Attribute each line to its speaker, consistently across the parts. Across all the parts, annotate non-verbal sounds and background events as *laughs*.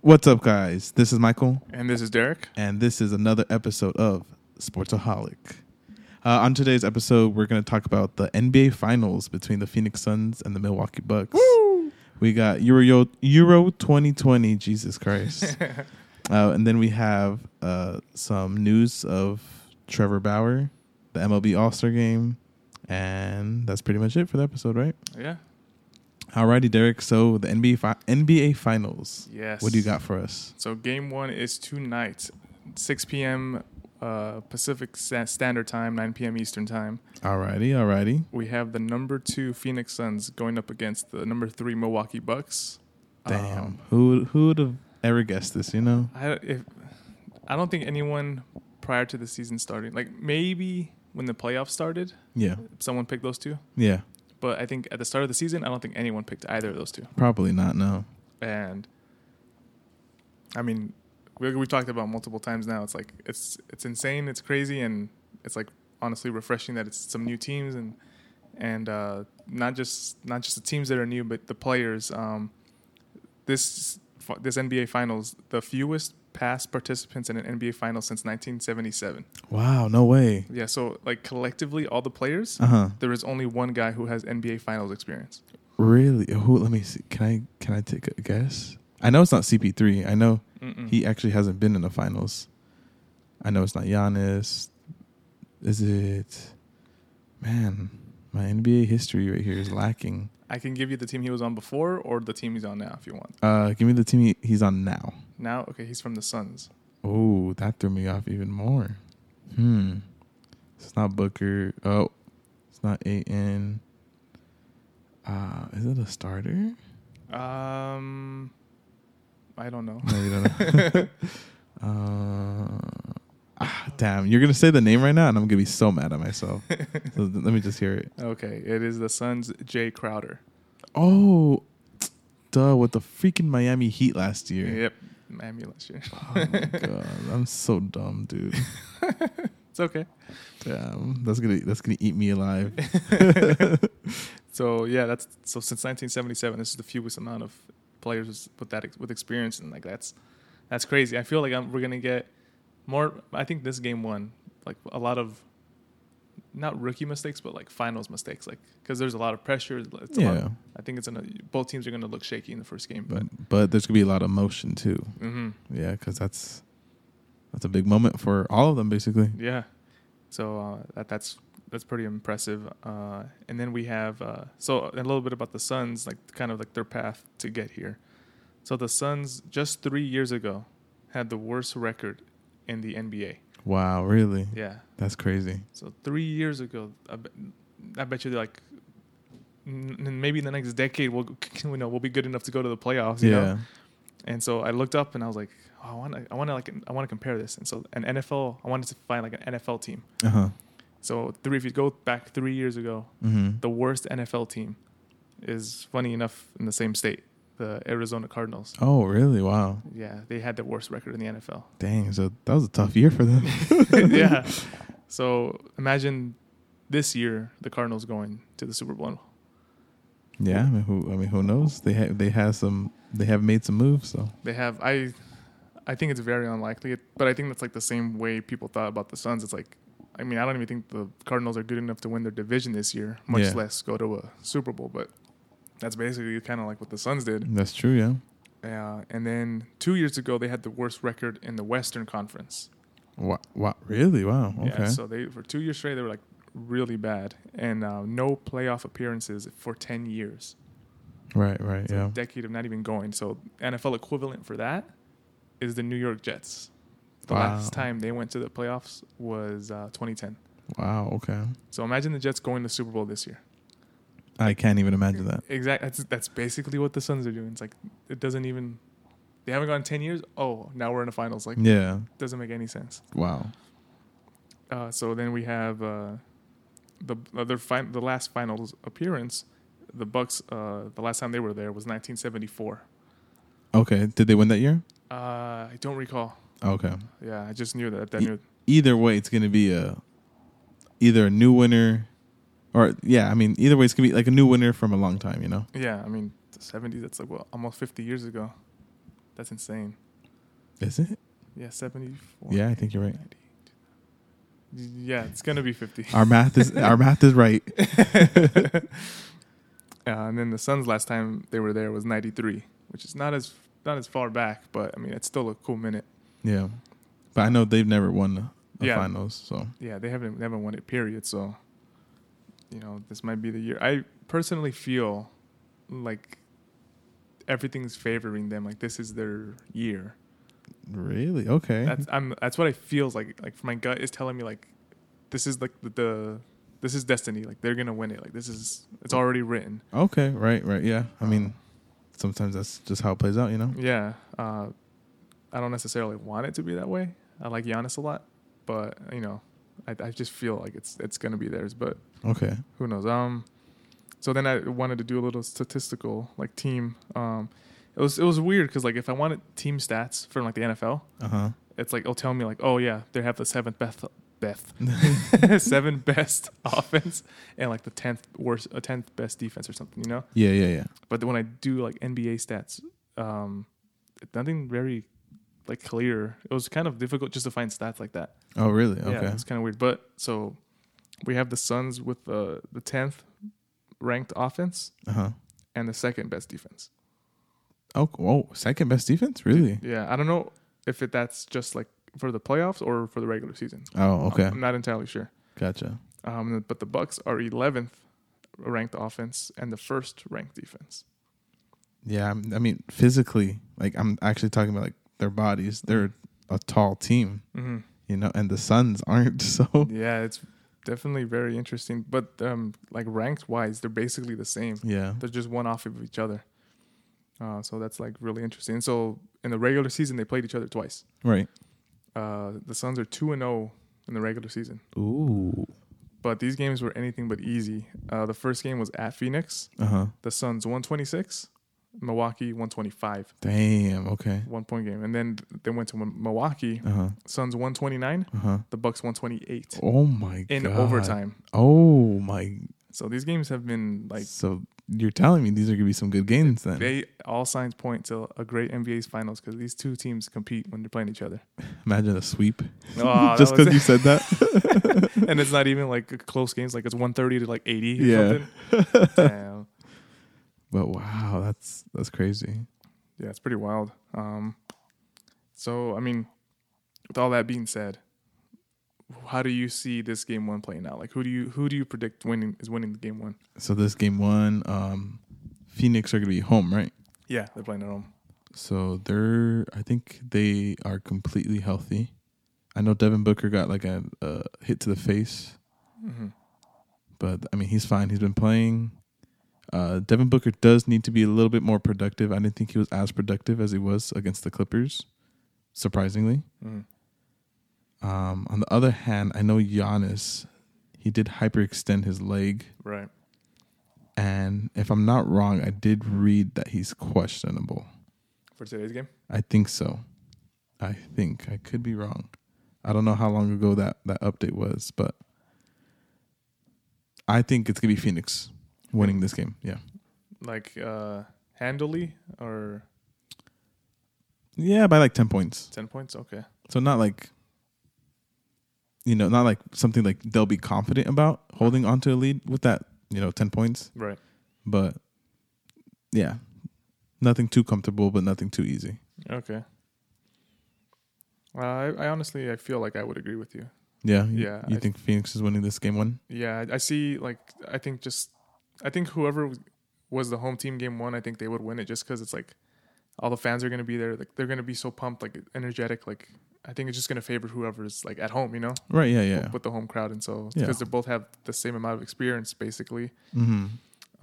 Speaker 1: What's up, guys? This is Michael,
Speaker 2: And this is Derek.
Speaker 1: and this is another episode of Sportsaholic. Uh, on today's episode, we're going to talk about the NBA Finals between the Phoenix Suns and the Milwaukee Bucks. We got Euro Euro 2020, Jesus Christ, uh, and then we have uh, some news of Trevor Bauer, the MLB All Star Game, and that's pretty much it for the episode, right?
Speaker 2: *laughs* Yeah.
Speaker 1: Alrighty, Derek. So the NBA fi- NBA Finals.
Speaker 2: Yes.
Speaker 1: What do you got for us?
Speaker 2: So game one is tonight, 6 p.m. Uh, Pacific Sa- Standard Time, 9 p.m. Eastern Time.
Speaker 1: Alrighty, alrighty.
Speaker 2: We have the number two Phoenix Suns going up against the number three Milwaukee Bucks.
Speaker 1: Damn.
Speaker 2: Um,
Speaker 1: who who would have ever guessed this? You know.
Speaker 2: I if I don't think anyone prior to the season starting, like maybe when the playoffs started,
Speaker 1: Yeah.
Speaker 2: someone picked those two.
Speaker 1: Yeah.
Speaker 2: But I think at the start of the season, I don't think anyone picked either of those two.
Speaker 1: Probably not. No.
Speaker 2: and I mean, we, we've talked about multiple times now. It's like it's it's insane, it's crazy, and it's like honestly refreshing that it's some new teams and and uh, not just not just the teams that are new, but the players. Um, this fi- this NBA Finals, the fewest past participants in an NBA Finals since 1977.
Speaker 1: Wow. No way.
Speaker 2: Yeah, so like collectively, all the players.
Speaker 1: Uh huh.
Speaker 2: There is only one guy who has NBA Finals experience.
Speaker 1: Really? Who? Let me see. Can I can I take a guess? I know it's not CP3. I know
Speaker 2: Mm-mm.
Speaker 1: he actually hasn't been in the finals. I know it's not Giannis. Is it? Man, my NBA history right here is lacking.
Speaker 2: I can give you the team he was on before or the team he's on now if you want.
Speaker 1: Uh, give me the team he, he's on now.
Speaker 2: Now, okay, he's from the Suns.
Speaker 1: Oh, that threw me off even more. Hmm. It's not Booker. Oh, it's not AN. Uh, is it a starter?
Speaker 2: Um, I don't know.
Speaker 1: No, you don't
Speaker 2: *laughs*
Speaker 1: know. uh, ah, damn, you're going to say the name right now, and I'm going to be so mad at myself. Oh, so th- let me just hear it.
Speaker 2: okay, it is the Suns' Jay Crowder.
Speaker 1: Oh, duh, with the freaking Miami Heat last year.
Speaker 2: Yep, Miami last year.
Speaker 1: Oh, my God. I'm so dumb, dude.
Speaker 2: It's okay.
Speaker 1: Damn, that's gonna that's gonna eat me alive. *laughs*
Speaker 2: So yeah, that's so since 1977, this is the fewest amount of players with that ex- with experience, and like that's that's crazy. I feel like I'm, we're gonna get more. I think this game won like a lot of not rookie mistakes, but like finals mistakes, like because there's a lot of pressure. It's a lot,
Speaker 1: Yeah.
Speaker 2: I think it's gonna both teams are gonna look shaky in the first game, but
Speaker 1: But but there's gonna be a lot of motion too.
Speaker 2: hmm
Speaker 1: Yeah, because that's that's a big moment for all of them, basically.
Speaker 2: Yeah. So uh, that that's that's pretty impressive. Uh, and then we have uh, so a little bit about the Suns, like kind of like their path to get here. So the Suns just three years ago had the worst record in the NBA.
Speaker 1: Wow, really?
Speaker 2: Yeah.
Speaker 1: That's crazy.
Speaker 2: So three years ago, I bet, I bet you they're like n- n- maybe in the next decade we'll *laughs* you know we'll be good enough to go to the playoffs. You
Speaker 1: yeah,
Speaker 2: Know? And so I looked up and I was like, oh, I want to I want to like I want to compare this. And so an NFL, I wanted to find like an NFL team.
Speaker 1: uh huh.
Speaker 2: So three, if you go back three years ago,
Speaker 1: Mm-hmm.
Speaker 2: the worst NFL team is funny enough in the same state, the Arizona Cardinals.
Speaker 1: Oh, really? Wow.
Speaker 2: Yeah, they had the worst record in the NFL.
Speaker 1: Dang. So that was a tough year for them.
Speaker 2: *laughs* yeah. So imagine this year the Cardinals going to the Super Bowl.
Speaker 1: *laughs* yeah. I mean, who? I mean, who knows? They have they have some. They have made some moves. So
Speaker 2: They have I, I think it's very unlikely, but I think that's like the same way people thought about the Suns. It's like, I mean, I don't even think the Cardinals are good enough to win their division this year, much
Speaker 1: Yeah.
Speaker 2: less go to a Super Bowl. But that's basically kind of like what the Suns did.
Speaker 1: that's true. Yeah.
Speaker 2: Uh, and then two years ago, they had the worst record in the Western Conference.
Speaker 1: Wow. wow. Really? Wow. Okay.
Speaker 2: Yeah, so they for two years straight, they were like really bad, and uh, no playoff appearances for ten years,
Speaker 1: right. Right.
Speaker 2: so
Speaker 1: yeah.
Speaker 2: a decade of not even going. So NFL equivalent for that is the New York Jets. The
Speaker 1: Wow.
Speaker 2: last time they went to the playoffs was uh, 2010.
Speaker 1: Wow. Okay.
Speaker 2: So imagine the Jets going to Super Bowl this year.
Speaker 1: I can't even imagine that.
Speaker 2: Exactly. That's that's basically what the Suns are doing. It's like it doesn't even. They haven't gone 10 years. Oh, now we're in the finals. Like
Speaker 1: Yeah.
Speaker 2: doesn't make any sense.
Speaker 1: Wow.
Speaker 2: Uh, so then we have uh, the other fin- the last finals appearance. The Bucks. Uh, the last time they were there was 1974.
Speaker 1: Okay. Did they win that year?
Speaker 2: Uh, I don't recall.
Speaker 1: Okay.
Speaker 2: Yeah, I just knew that. that
Speaker 1: Ye-
Speaker 2: knew.
Speaker 1: either way, it's going to be a either a new winner, or yeah, I mean, either way, it's going to be like a new winner from a long time. You know?
Speaker 2: Yeah, I mean the 70s. That's like well, almost 50 years ago. That's insane.
Speaker 1: Is it?
Speaker 2: Yeah, 74.
Speaker 1: Yeah, I think you're right.
Speaker 2: 90. Yeah, it's going to be 50.
Speaker 1: *laughs* Our math is our
Speaker 2: *laughs*
Speaker 1: math is *laughs* right.
Speaker 2: uh, and then the Suns last time they were there was 93, which is not as not as far back, but I mean, it's still a cool minute.
Speaker 1: Yeah, but I know they've never won the
Speaker 2: Yeah.
Speaker 1: finals. So
Speaker 2: yeah, they haven't they haven't won it. Period. So, you know, this might be the year. I personally feel like everything's favoring them. Like this is their year.
Speaker 1: really, okay,
Speaker 2: That's I'm that's what I feels like. Like my gut is telling me like this is like the, the this is destiny. Like they're gonna win it. Like this is it's already written.
Speaker 1: okay, right, right. Yeah, I mean, sometimes that's just how it plays out, you know.
Speaker 2: Yeah. Uh, I don't necessarily want it to be that way. I like Giannis a lot, but you know, I, I just feel like it's it's gonna be theirs. But
Speaker 1: Okay,
Speaker 2: who knows um so then i wanted to do a little statistical like team um it was it was weird because like if i wanted team stats from like the nfl
Speaker 1: uh huh.
Speaker 2: it's like it'll tell me like oh yeah they have the seventh best *laughs* best seven best offense and like the 10th worst a 10th best defense or something you know
Speaker 1: Yeah, yeah, yeah.
Speaker 2: but when i do like nba stats um nothing very like clear it was kind of difficult just to find stats like that
Speaker 1: Oh, really? Okay.
Speaker 2: yeah, it's kind of weird. But so we have the Suns with uh, the tenth ranked offense
Speaker 1: Uh huh.
Speaker 2: and the second best defense.
Speaker 1: Oh, whoa! Second best defense, really?
Speaker 2: Yeah, I don't know if it, that's just like for the playoffs or for the regular season.
Speaker 1: Oh, okay.
Speaker 2: I'm not entirely sure.
Speaker 1: Gotcha.
Speaker 2: Um, but the Bucks are eleventh ranked offense and the first ranked defense.
Speaker 1: Yeah, I'm, I mean, physically, like I'm actually talking about like their bodies. They're a tall team,
Speaker 2: Mm-hmm.
Speaker 1: you know, and the Suns *laughs* aren't. So
Speaker 2: Yeah, it's definitely very interesting. But um, like ranked wise, they're basically the same.
Speaker 1: yeah,
Speaker 2: they're just one off of each other. Uh, so that's like really interesting. And so in the regular season, they played each other twice.
Speaker 1: right.
Speaker 2: Uh, the Suns are two and zero in the regular season,
Speaker 1: Ooh.
Speaker 2: but these games were anything but easy. Uh, the first game was at Phoenix.
Speaker 1: Uh huh.
Speaker 2: The Suns one twenty six, Milwaukee one twenty five,
Speaker 1: Damn. Okay.
Speaker 2: one point game. And then they went to Milwaukee.
Speaker 1: Uh huh.
Speaker 2: Suns one twenty nine,
Speaker 1: Uh huh.
Speaker 2: the Bucks one twenty eight
Speaker 1: Oh my
Speaker 2: in
Speaker 1: god.
Speaker 2: overtime.
Speaker 1: Oh my.
Speaker 2: So these games have been like
Speaker 1: so you're telling me these are gonna be some good games then?
Speaker 2: they all signs point to a great NBA's finals because these two teams compete when they're playing each
Speaker 1: *laughs*
Speaker 2: other.
Speaker 1: Imagine a sweep.
Speaker 2: Oh,
Speaker 1: Just
Speaker 2: that was-
Speaker 1: because you said
Speaker 2: *laughs*
Speaker 1: that.
Speaker 2: and it's not even like close games. Like it's one thirty to like eighty. Or
Speaker 1: Yeah. *laughs*
Speaker 2: Something. Damn.
Speaker 1: But wow, that's that's crazy.
Speaker 2: Yeah, it's pretty wild. Um, so I mean, with all that being said, how do you see this game one playing out? Like, who do you who do you predict winning is winning the game one?
Speaker 1: So this game one, um, Phoenix are gonna be home, right?
Speaker 2: Yeah, they're playing at home.
Speaker 1: So they're I think they are completely healthy. I know Devin Booker got like a, a hit to the face,
Speaker 2: Mhm.
Speaker 1: but I mean he's fine. He's been playing. Uh, Devin Booker does need to be a little bit more productive. I didn't think he was as productive as he was against the Clippers, surprisingly.
Speaker 2: Mhm.
Speaker 1: Um, on the other hand, I know Giannis. He did hyperextend his leg,
Speaker 2: Right.
Speaker 1: and if I'm not wrong, I did read that he's questionable.
Speaker 2: For today's game.
Speaker 1: I think so. I think I could be wrong. I don't know how long ago that that update was, but I think it's gonna be Phoenix winning this game. Yeah,
Speaker 2: Like uh handily or
Speaker 1: yeah, by like ten points.
Speaker 2: ten points? Okay.
Speaker 1: So not like you know, not like something like they'll be confident about holding onto a lead with that you know ten points,
Speaker 2: Right.
Speaker 1: but yeah, nothing too comfortable, but nothing too easy.
Speaker 2: Okay. Well, Uh, I, I honestly I feel like I would agree with you.
Speaker 1: Yeah, you-
Speaker 2: Yeah,
Speaker 1: You
Speaker 2: I-
Speaker 1: think Phoenix is winning this game one?
Speaker 2: Yeah, I- I see. Like, I think just, I think whoever was the home team game one, I think they would win it just because it's like all the fans are gonna be there. Like, they're gonna be so pumped, like energetic. Like, I think it's just gonna favor whoever's like at home, you know,
Speaker 1: Right? Yeah, yeah.
Speaker 2: with the home crowd, and so
Speaker 1: Yeah.
Speaker 2: because they both have the same amount of experience basically.
Speaker 1: Mm-hmm.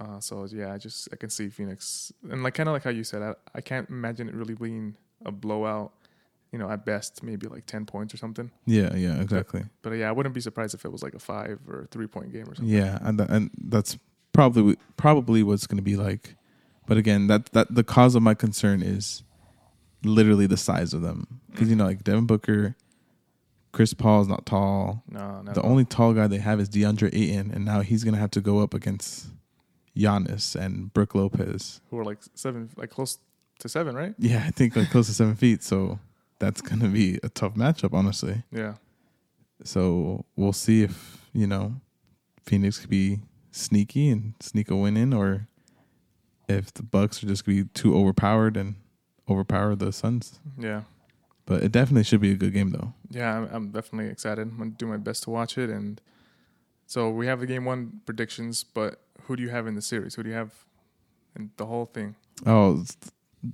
Speaker 2: Uh, so yeah, I just I can see Phoenix, and like kind of like how you said, I I can't imagine it really being a blowout. You know, at best maybe like ten points or something.
Speaker 1: Yeah, yeah, exactly.
Speaker 2: But yeah, I wouldn't be surprised if it was like a five or three point game or something.
Speaker 1: Yeah, and tha- and that's probably probably what's going to be like. But again, that that the cause of my concern is literally the size of them because you know like Devin Booker, Chris Paul is not tall.
Speaker 2: No, no.
Speaker 1: The only tall guy they have is DeAndre Ayton, and now he's going to have to go up against Giannis and Brooke Lopez.
Speaker 2: who are like seven, like close to seven, right?
Speaker 1: Yeah, I think like close to seven feet. So that's gonna be a tough matchup, honestly.
Speaker 2: Yeah.
Speaker 1: So we'll see if you know Phoenix could be sneaky and sneak a win in, or if the Bucks are just gonna be too overpowered and overpower the Suns.
Speaker 2: Yeah.
Speaker 1: But it definitely should be a good game, though.
Speaker 2: Yeah, I'm, I'm definitely excited. I'm gonna do my best to watch it, and so we have the game one predictions. But who do you have in the series? Who do you have in the whole thing?
Speaker 1: Oh, s-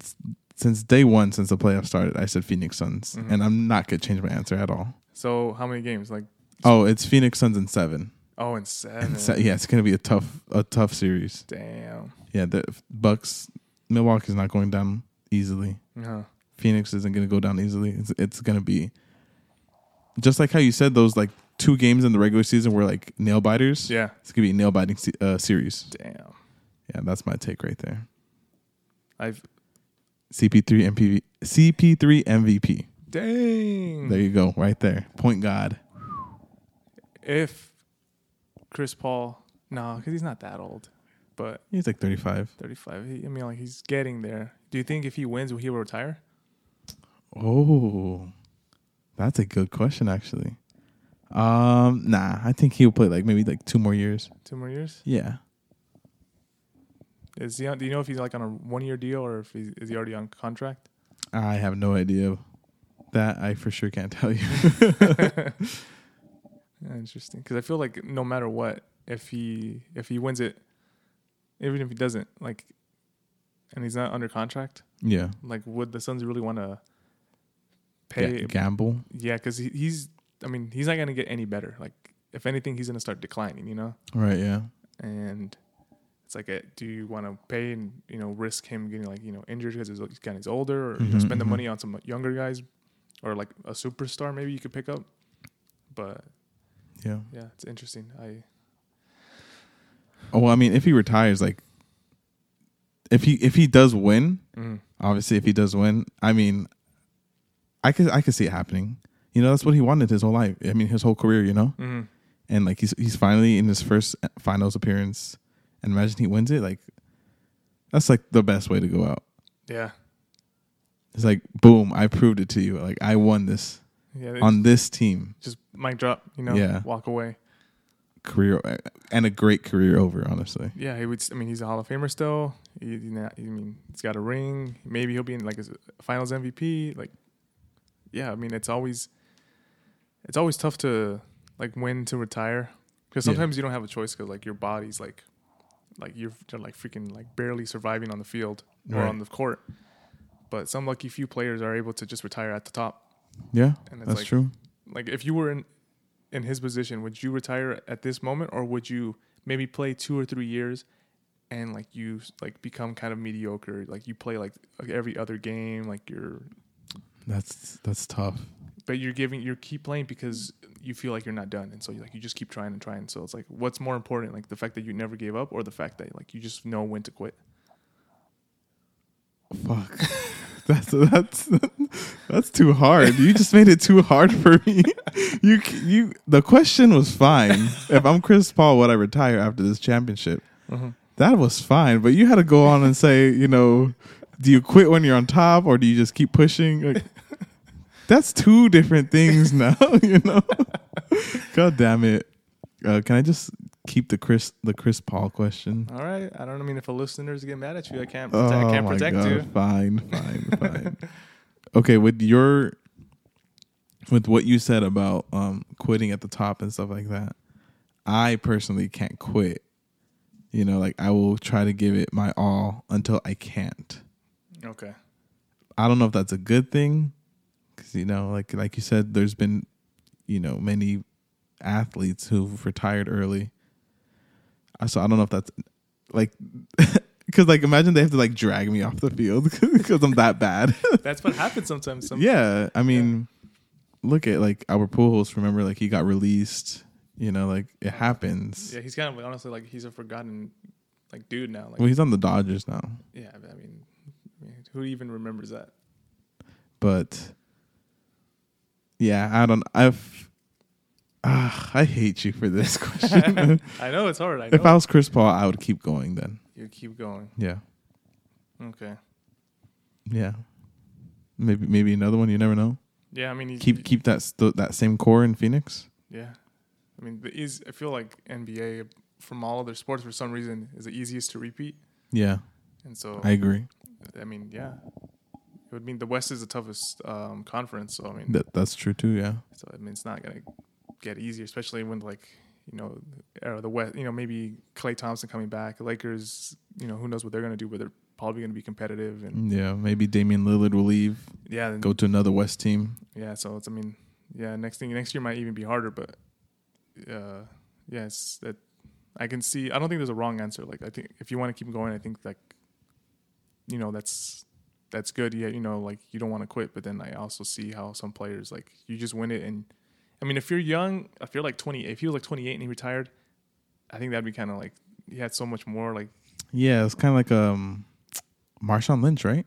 Speaker 1: s- since day one, since the playoffs started, I said Phoenix Suns,
Speaker 2: Mhm.
Speaker 1: and I'm not gonna change my answer at all.
Speaker 2: So how many games? Like
Speaker 1: Oh, it's Phoenix Suns in seven.
Speaker 2: oh, and seven.
Speaker 1: And se- yeah, it's gonna be a tough, a tough series.
Speaker 2: Damn.
Speaker 1: Yeah, the Bucks, Milwaukee's not going down easily.
Speaker 2: Huh.
Speaker 1: Phoenix isn't going to go down easily. It's, it's going to be just like how you said those like two games in the regular season were like nail biters.
Speaker 2: Yeah.
Speaker 1: It's going to be a nail biting se- uh, series.
Speaker 2: Damn.
Speaker 1: Yeah, that's my take right there.
Speaker 2: I've
Speaker 1: CP3 MPV CP3 MVP.
Speaker 2: dang.
Speaker 1: There you go, right there. Point God.
Speaker 2: if Chris Paul, no, because he's not that old, but
Speaker 1: He's like 35.
Speaker 2: 35. He, I mean, like he's getting there. Do you think if he wins, will he retire?
Speaker 1: Oh. That's a good question actually. Um nah, I think he'll play like maybe like two more years.
Speaker 2: Two more years?
Speaker 1: Yeah.
Speaker 2: Is he? On, do you know if he's like on a one-year deal or if he's is he already
Speaker 1: *laughs*
Speaker 2: on contract? *laughs*
Speaker 1: I have no idea. That I for sure can't *laughs* tell you.
Speaker 2: Interesting, because I feel like no matter what, if he if he wins it, even if he doesn't, like, and he's not under contract,
Speaker 1: yeah.
Speaker 2: like, would the Suns really want to
Speaker 1: Ga-
Speaker 2: pay?
Speaker 1: gamble.
Speaker 2: yeah, because he, he's. I mean, he's not gonna get any better. Like, if anything, he's gonna start declining. You know,
Speaker 1: Right, yeah.
Speaker 2: and it's like, a, do you want to pay and you know risk him getting like you know injured because he's he's kind of older, or you know,
Speaker 1: Mhm,
Speaker 2: spend the
Speaker 1: mhm.
Speaker 2: money on some younger guys, or like a superstar maybe you could pick up. But
Speaker 1: Yeah.
Speaker 2: yeah, it's interesting. I
Speaker 1: Oh, well, I mean, if he retires, like, if he if he does win,
Speaker 2: mm,
Speaker 1: obviously, if he does win, I mean, I could I could see it happening. You know, that's what he wanted his whole life. I mean, his whole career. You know,
Speaker 2: mm,
Speaker 1: and like he's he's finally in his first uh, finals appearance, and imagine he wins it. Like, that's like the best way to go out.
Speaker 2: yeah,
Speaker 1: It's like, boom, I proved it to you. Like, I won this
Speaker 2: yeah. it's
Speaker 1: on this team.
Speaker 2: just mic drop, you know.
Speaker 1: Yeah.
Speaker 2: walk away.
Speaker 1: Career uh, and a great career over. Honestly,
Speaker 2: Yeah, he would. s- I mean, he's a Hall of Famer still. He, he not- I mean, he's got a ring. Maybe he'll be in like his Finals MVP. Like, yeah, I mean, it's always, it's always tough to like when to retire because
Speaker 1: Yeah.
Speaker 2: sometimes you don't have a choice because like your body's like, like you're, you're, like freaking like barely surviving on the field or
Speaker 1: Right.
Speaker 2: on the court. But some lucky few players are able to just retire at the top.
Speaker 1: yeah,
Speaker 2: And it's
Speaker 1: that's
Speaker 2: like,
Speaker 1: true.
Speaker 2: Like, if you were in, in his position, would you retire at this moment or would you maybe play two or three years and like you like become kind of mediocre? Like you play like every other game, like you're
Speaker 1: That's that's tough.
Speaker 2: but you're giving you keep playing because you feel like you're not done, and so you like you just keep trying and trying. So it's like, what's more important, like the fact that you never gave up, or the fact that like you just know when to quit?
Speaker 1: Fuck. *laughs* That's that's *laughs* that's too hard. You just made it too hard for me. *laughs* You you the question was fine. If I'm Chris Paul, would I retire after this championship? That was fine, but you had to go on and say, you know, do you quit when you're on top or do you just keep pushing? Like, that's two different things now, *laughs* you know. God damn it. Uh, can I just keep the Chris the Chris Paul question?
Speaker 2: All right, I don't mean if a listeners get mad at you, I can't
Speaker 1: Oh
Speaker 2: protect, I can't
Speaker 1: my
Speaker 2: protect
Speaker 1: God.
Speaker 2: you. *laughs*
Speaker 1: Fine, fine, fine. Okay, with your with what you said about um quitting at the top and stuff like that, I personally can't quit. You know, like I will try to give it my all until I can't.
Speaker 2: Okay,
Speaker 1: I don't know if that's a good thing, because you know, like like you said, there's been, you know, many athletes who've retired early. I- So I don't know if that's like, *laughs* because like imagine they have to like drag me off the field *laughs* because I'm that bad.
Speaker 2: that's what happens
Speaker 1: *laughs*
Speaker 2: sometimes. Some,
Speaker 1: yeah, I mean, look at like Albert Pujols. Remember, like he got released. You know, like it happens.
Speaker 2: yeah, he's kind of like, honestly like he's a forgotten like dude now. Like,
Speaker 1: Well, he's on the Dodgers now,
Speaker 2: yeah, I mean, I mean, who even
Speaker 1: *laughs*
Speaker 2: remembers that? *laughs*
Speaker 1: but yeah, I don't. I've. Ah, I hate you for this *laughs* question.
Speaker 2: I know it's hard. I know
Speaker 1: If I was Chris Paul, I would keep going then.
Speaker 2: you keep going.
Speaker 1: Yeah.
Speaker 2: Okay.
Speaker 1: Yeah. Maybe maybe another one. You never know.
Speaker 2: Yeah, I mean, he's,
Speaker 1: Keep keep that st- that same core in Phoenix.
Speaker 2: Yeah, I mean, the easy, I feel like NBA from all other sports for some reason is the easiest to repeat,
Speaker 1: Yeah,
Speaker 2: and so
Speaker 1: I
Speaker 2: I,
Speaker 1: agree.
Speaker 2: mean, yeah, it would mean the West is the toughest um, conference. So I mean,
Speaker 1: That that's true too. Yeah.
Speaker 2: so I mean, it's not gonna get easier, especially when like you know, or the West, you know, maybe Clay Thompson coming back, Lakers, you know, who knows what they're gonna do, but they're probably gonna be competitive, and
Speaker 1: Yeah. Maybe Damian Lillard will leave,
Speaker 2: yeah, then,
Speaker 1: go to another West team.
Speaker 2: yeah. So it's I mean, yeah, next thing next year might even be harder, but uh, yeah, it's that I can see. I don't think there's a wrong answer. Like I think if you want to keep going, I think like you know that's that's good. Yeah, you know, like you don't want to quit, but then I also see how some players like you just win it. And I mean, if you're young, if you're like 20, if he was like 28 and he retired, I think that'd be kind of like he had so much more. Like
Speaker 1: Yeah, it's kind of like um, Marshawn Lynch, right?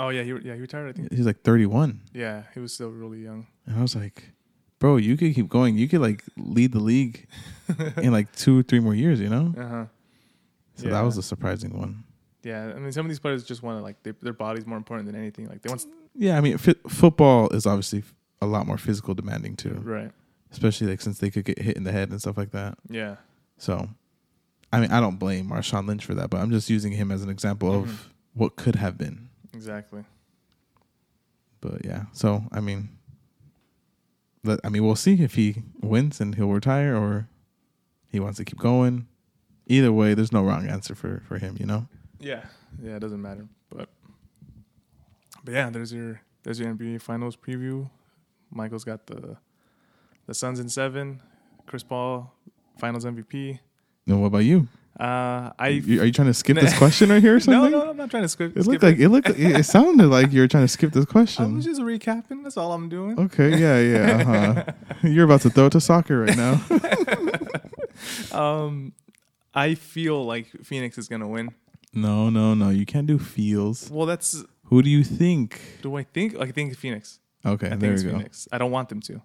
Speaker 2: oh yeah, he re- yeah he retired. I think
Speaker 1: He's like 31,
Speaker 2: yeah, he was still really young.
Speaker 1: and I was like, bro, you could keep going. You could like lead the league in like two or three more years. You know.
Speaker 2: Uh huh.
Speaker 1: So that was a surprising one.
Speaker 2: Yeah, I mean, some of these players just want to like they, their body's more important than anything. Like they want
Speaker 1: Yeah, I mean, f- football is obviously f- a lot more physical demanding
Speaker 2: to,
Speaker 1: too,
Speaker 2: right?
Speaker 1: especially like since they could get hit in the head and stuff like that.
Speaker 2: Yeah,
Speaker 1: So, I mean, I don't blame Marshawn Lynch for that, but I'm just using him as an example
Speaker 2: Mhm.
Speaker 1: of what could have been.
Speaker 2: exactly.
Speaker 1: But yeah, so I mean, but, I mean, we'll see if he wins and he'll retire or he wants to keep going. Either way, there's no wrong answer for for him, you know.
Speaker 2: Yeah, yeah, it doesn't matter. But but yeah, there's your there's your NBA Finals preview. Michael's got the the Suns in seven. Chris Paul Finals MVP.
Speaker 1: And what about you?
Speaker 2: Uh, I
Speaker 1: You- are you trying to skip this question right here or
Speaker 2: *laughs* no
Speaker 1: something?
Speaker 2: no I'm not trying to skip.
Speaker 1: It
Speaker 2: skip
Speaker 1: looked like it looked. It it sounded like you were trying to skip this
Speaker 2: *laughs* I'm
Speaker 1: question.
Speaker 2: just recapping. That's all I'm doing.
Speaker 1: Okay, yeah,
Speaker 2: *laughs*
Speaker 1: yeah. Uh-huh. You're about to throw it to soccer right now.
Speaker 2: Um, I feel like Phoenix is gonna win.
Speaker 1: no, no, no. You can't do feels.
Speaker 2: Well, that's
Speaker 1: Who do you think?
Speaker 2: do I think? I think Phoenix.
Speaker 1: Okay,
Speaker 2: I
Speaker 1: there
Speaker 2: think
Speaker 1: we
Speaker 2: it's
Speaker 1: go.
Speaker 2: Phoenix. I don't want them to,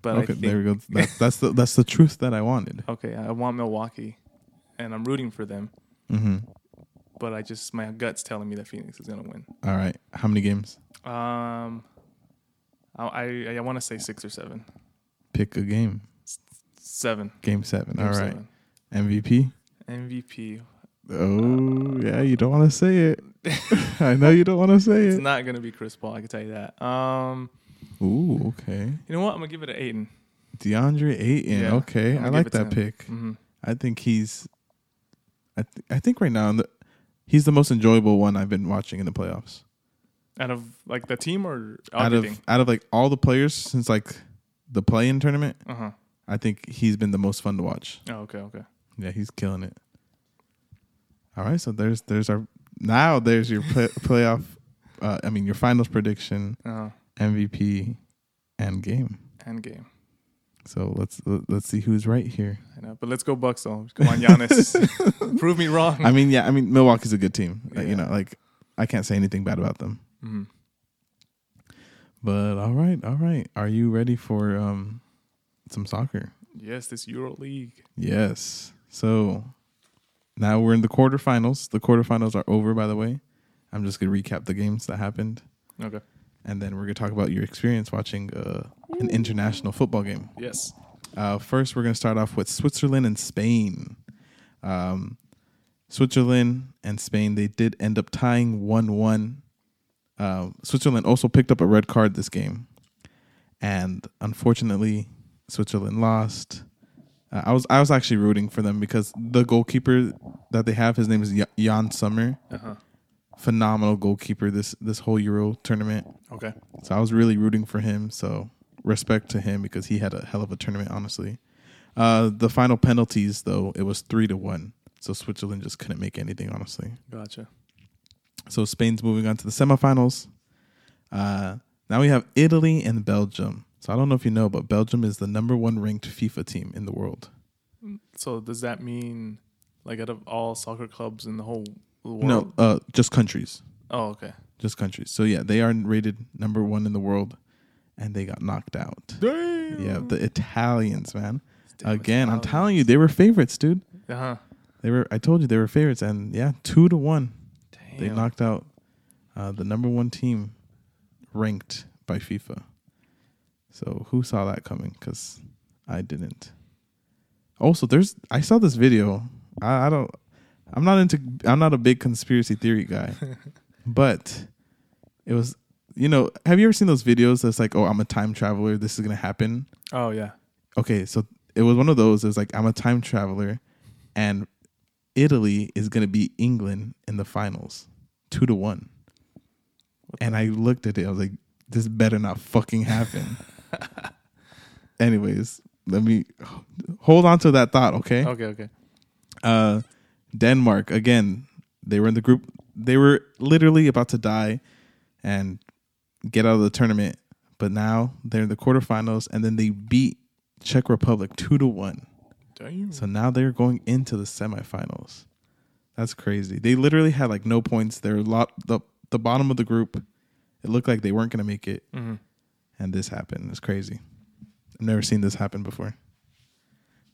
Speaker 2: but I
Speaker 1: okay,
Speaker 2: think
Speaker 1: there we go. That, that's the that's the truth that I wanted.
Speaker 2: okay. I want Milwaukee, and I'm rooting for them.
Speaker 1: hmm
Speaker 2: but I just my gut's telling me that Phoenix is gonna win.
Speaker 1: All right. How many games?
Speaker 2: Um, I I, I want to say six or seven,
Speaker 1: Pick a game.
Speaker 2: seven.
Speaker 1: Game seven.
Speaker 2: Game
Speaker 1: All right.
Speaker 2: seven.
Speaker 1: MVP.
Speaker 2: MVP.
Speaker 1: Oh yeah, you don't want to say it. *laughs* I know you don't want to say
Speaker 2: It's
Speaker 1: it.
Speaker 2: not gonna be Chris Paul. I can tell you that. Um,
Speaker 1: Ooh, okay.
Speaker 2: you know what? I'm gonna give it to Aiden.
Speaker 1: DeAndre Ayton.
Speaker 2: Yeah,
Speaker 1: okay,
Speaker 2: I'm
Speaker 1: I
Speaker 2: gonna
Speaker 1: like
Speaker 2: give it to
Speaker 1: that
Speaker 2: him.
Speaker 1: pick.
Speaker 2: hmm
Speaker 1: I think he's, I th- I think right now the, he's the most enjoyable one I've been watching in the playoffs.
Speaker 2: Out of like the team or
Speaker 1: Out
Speaker 2: everything.
Speaker 1: of out of like all the players since like the play-in tournament,
Speaker 2: Uh huh.
Speaker 1: I think he's been the most fun to watch.
Speaker 2: Oh, okay, okay.
Speaker 1: Yeah, he's killing it. All right, so there's there's our now there's your play, *laughs* playoff, uh, I mean your finals prediction,
Speaker 2: Uh huh.
Speaker 1: MVP, and game.
Speaker 2: End game.
Speaker 1: So let's let's see who's right here.
Speaker 2: I know, but let's go Bucks though. Come on,
Speaker 1: *laughs*
Speaker 2: Giannis. Prove me wrong.
Speaker 1: I mean, yeah, I mean Milwaukee's a good team. Like,
Speaker 2: Yeah.
Speaker 1: you know, like I can't say anything bad about them.
Speaker 2: Mhm.
Speaker 1: But all right, all right. Are you ready for um some soccer?
Speaker 2: Yes, this Euro League.
Speaker 1: Yes. So now we're in the quarterfinals. The quarterfinals are over, by the way. I'm just gonna recap the games that happened,
Speaker 2: Okay.
Speaker 1: and then we're gonna talk about your experience watching uh, an international football game.
Speaker 2: Yes.
Speaker 1: Uh, first, we're going to start off with Switzerland and Spain. Um, Switzerland and Spain, they did end up tying 1 1. Um, Switzerland also picked up a red card this game. And unfortunately, Switzerland lost. Uh, I was I was actually rooting for them because the goalkeeper that they have, his name is Ja- Jan Sommer,
Speaker 2: Uh huh.
Speaker 1: phenomenal goalkeeper this this whole Euro tournament.
Speaker 2: Okay.
Speaker 1: So I was really rooting for him. So respect to him because he had a hell of a tournament, honestly. Uh, the final penalties, though, it was three to one. So Switzerland just couldn't make anything, honestly.
Speaker 2: Gotcha.
Speaker 1: So Spain's moving on to the semifinals. Uh, now we have Italy and Belgium. So I don't know if you know, but Belgium is the number one ranked FIFA team in the world.
Speaker 2: So does that mean like out of all soccer clubs in the whole world?
Speaker 1: No, uh, just countries,
Speaker 2: Oh, okay.
Speaker 1: just countries. So yeah, they are rated number one in the world, and they got knocked out.
Speaker 2: Damn.
Speaker 1: Yeah, the Italians, man. Again, I'm telling you, they were favorites, dude.
Speaker 2: Uh huh.
Speaker 1: They were. I told you they were favorites, and yeah, two to one,
Speaker 2: Damn.
Speaker 1: they knocked out uh, the number one team ranked by FIFA. So who saw that coming? Because I didn't. Also, there's I saw this video. I, I don't. I'm not into. I'm not a big conspiracy theory guy, but it was. You know, have you ever seen those videos that's like, oh, I'm a time traveler. This is gonna happen.
Speaker 2: Oh yeah.
Speaker 1: Okay, so it was one of those. It was like, I'm a time traveler, and Italy is gonna beat England in the finals, two to one. And I looked at it. I was like, this better not fucking happen. Anyways, let me hold on to that thought. Okay.
Speaker 2: Okay. Okay.
Speaker 1: Uh, Denmark again. They were in the group. They were literally about to die and get out of the tournament, but now they're in the quarterfinals, and then they beat Czech Republic two to one.
Speaker 2: Damn.
Speaker 1: So now they're going into the semifinals. That's crazy. They literally had like no points. They're lot the the bottom of the group. It looked like they weren't going to make it,
Speaker 2: Mhm.
Speaker 1: and this happened. It's crazy. I've never seen this happen before.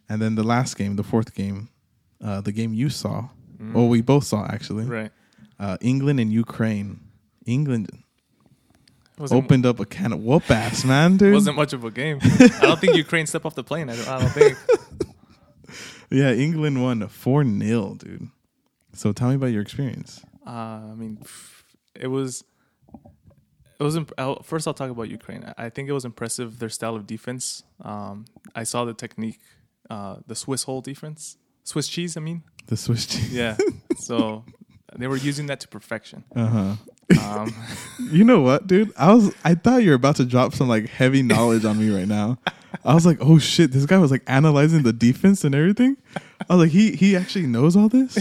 Speaker 1: And then the last game, the fourth game, uh, the game you saw,
Speaker 2: Mm.
Speaker 1: well, we both saw actually,
Speaker 2: Right.
Speaker 1: uh, England and Ukraine. England
Speaker 2: Wasn't,
Speaker 1: opened up a can of whoop ass, man, dude.
Speaker 2: wasn't much of a game. I don't think Ukraine stepped off the plane. I don't, I don't think.
Speaker 1: Yeah, England won four 0 dude. So tell me about your experience.
Speaker 2: Uh, I mean, pff, it was. It was imp- I'll, first. I'll talk about Ukraine. I I think it was impressive their style of defense. Um, I saw the technique, uh, the Swiss hole defense, Swiss cheese. I mean,
Speaker 1: The Swiss *laughs* cheese.
Speaker 2: yeah. so they were using that to perfection.
Speaker 1: Uh huh.
Speaker 2: Um,
Speaker 1: You know what, dude? I was I thought you were about to drop some like heavy knowledge on me right *laughs* now. I was like, oh shit, this guy was like analyzing the defense and everything. I was like, he he actually knows all *laughs* this.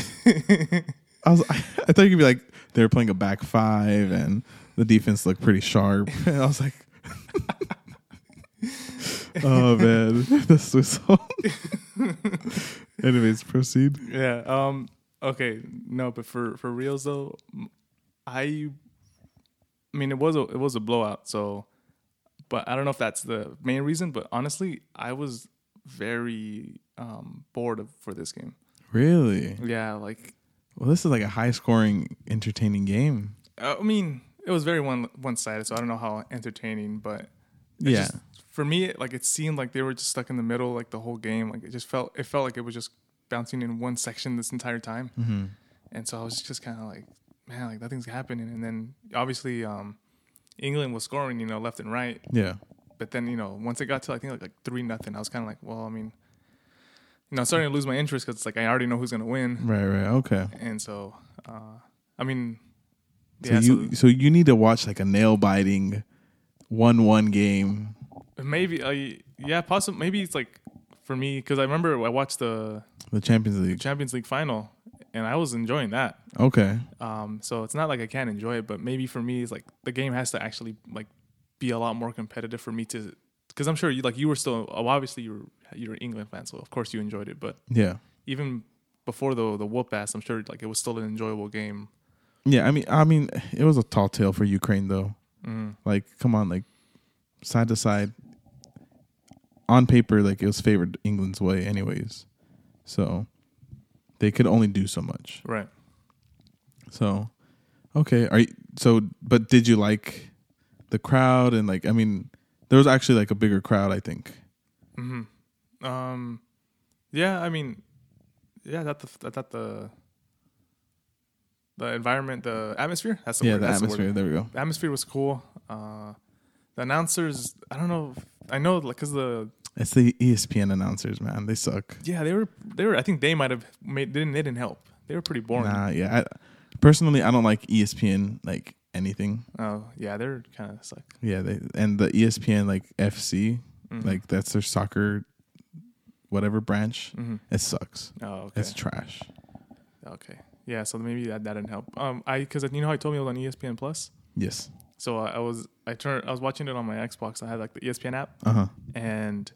Speaker 1: I was I, I thought you could be like they were playing a back five and the defense looked pretty sharp. *laughs* And I was like, oh man, *laughs* the Swiss. *laughs* Anyways, proceed.
Speaker 2: yeah. Um, okay. No, but for for reals though, m- I. I mean, it was a it was a blowout. So, but I don't know if that's the main reason. But honestly, I was very um, bored of, for this game.
Speaker 1: Really?
Speaker 2: Yeah, like
Speaker 1: Well, this is like a high scoring, entertaining game.
Speaker 2: Uh, I mean, it was very one one sided. So I don't know how entertaining, but it
Speaker 1: Yeah.
Speaker 2: just- for me, it, like it seemed like they were just stuck in the middle, like the whole game. Like it just felt it felt like it was just bouncing in one section this entire time.
Speaker 1: Mm-hmm.
Speaker 2: And so I was just kind of like, man, like nothing's happening. And then obviously, um, England was scoring, you know, left and right.
Speaker 1: Yeah.
Speaker 2: But then, you know, once it got to I think like, like three nothing, I was kind of like, well, I mean, you know, I'm starting to lose my interest because it's like I already know who's gonna win.
Speaker 1: Right. Right. Okay.
Speaker 2: And so, uh, I mean,
Speaker 1: So
Speaker 2: yeah, so
Speaker 1: you so, you need to watch like a nail biting one one game.
Speaker 2: maybe, I yeah, possibly maybe it's like for me because I remember I watched the
Speaker 1: The Champions League.
Speaker 2: Champions League final and I was enjoying that.
Speaker 1: Okay.
Speaker 2: Um, so it's not like I can't enjoy it, but maybe for me, it's like the game has to actually like be a lot more competitive for me to, because I'm sure you like you were still oh, obviously you're you're an England fan, so of course you enjoyed it. But
Speaker 1: Yeah.
Speaker 2: even before the the whoop ass, I'm sure like it was still an enjoyable game.
Speaker 1: Yeah, I mean I mean it was a tall tale for Ukraine though.
Speaker 2: Mm.
Speaker 1: Like come on, like side to side on paper like it was favored England's way anyways. So they could only do so much.
Speaker 2: Right.
Speaker 1: So okay, are you, so but did you like the crowd and like I mean there was actually like a bigger crowd I think.
Speaker 2: hmm Um, yeah. I mean, yeah. That the that, that the the environment, the atmosphere. That's the
Speaker 1: yeah,
Speaker 2: word,
Speaker 1: the
Speaker 2: that's the word.
Speaker 1: atmosphere. there we go.
Speaker 2: the atmosphere was cool. Uh, the announcers, I don't know. if- I know, like, cause the
Speaker 1: It's the E ESPN announcers, man. They suck.
Speaker 2: yeah, they were they were. I think they might have made they didn't they didn't help. They were pretty boring.
Speaker 1: Nah, yeah. I, personally, I don't like E ESPN like anything.
Speaker 2: Oh yeah, they're kind of suck.
Speaker 1: Yeah, they and the E ESPN like FC,
Speaker 2: Mhm.
Speaker 1: like that's their soccer, whatever branch.
Speaker 2: Mhm.
Speaker 1: It sucks.
Speaker 2: Oh okay,
Speaker 1: It's trash.
Speaker 2: okay, yeah. So maybe that, that didn't help. Um, I because you know how I told me E it was on ESPN Plus.
Speaker 1: Yes.
Speaker 2: So I, I was I turned I was watching it on my Xbox. I had like the E ESPN app,
Speaker 1: Uh huh.
Speaker 2: and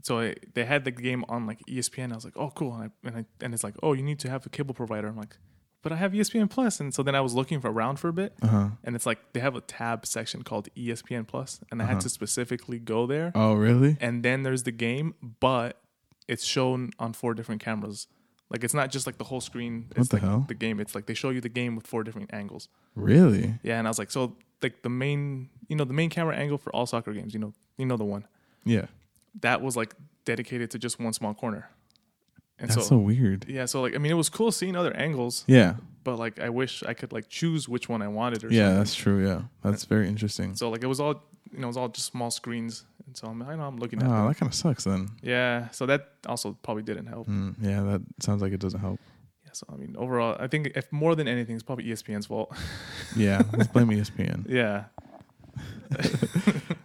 Speaker 2: so I, they had the game on like ESPN. I was like, oh cool, and I, and, I, and it's like, oh, you need to have a cable provider. I'm like, but I have E ESPN Plus, and so then I was looking for around for a bit,
Speaker 1: Uh huh.
Speaker 2: and it's like they have a tab section called E ESPN Plus, and I
Speaker 1: Uh-huh.
Speaker 2: had to specifically go there.
Speaker 1: Oh really?
Speaker 2: And then there's the game, but it's shown on four different cameras. Like it's not just like the whole screen.
Speaker 1: What
Speaker 2: It's
Speaker 1: the
Speaker 2: like
Speaker 1: hell?
Speaker 2: the game. It's like they show you the game with four different angles.
Speaker 1: Really?
Speaker 2: Yeah, and I was like, so like the main, you know, the main camera angle for all soccer games, you know, you know the one
Speaker 1: Yeah.
Speaker 2: that was like dedicated to just one small corner. And
Speaker 1: That's so,
Speaker 2: so
Speaker 1: weird.
Speaker 2: yeah, so like I mean, it was cool seeing other angles,
Speaker 1: Yeah.
Speaker 2: but like I wish I could like choose which one I wanted or
Speaker 1: Yeah,
Speaker 2: something.
Speaker 1: that's true. Yeah. That's very interesting.
Speaker 2: So like it was all you know, it was all just small screens, and so I'm I know I'm looking at
Speaker 1: Oh,
Speaker 2: them.
Speaker 1: that kind of sucks then.
Speaker 2: yeah. So that also probably didn't help.
Speaker 1: Mm, yeah, that sounds like it doesn't
Speaker 2: *laughs*
Speaker 1: help.
Speaker 2: Yeah, so I mean, overall, I think if more than anything, it's probably E ESPN's fault. *laughs*
Speaker 1: Yeah, let's blame E ESPN.
Speaker 2: yeah,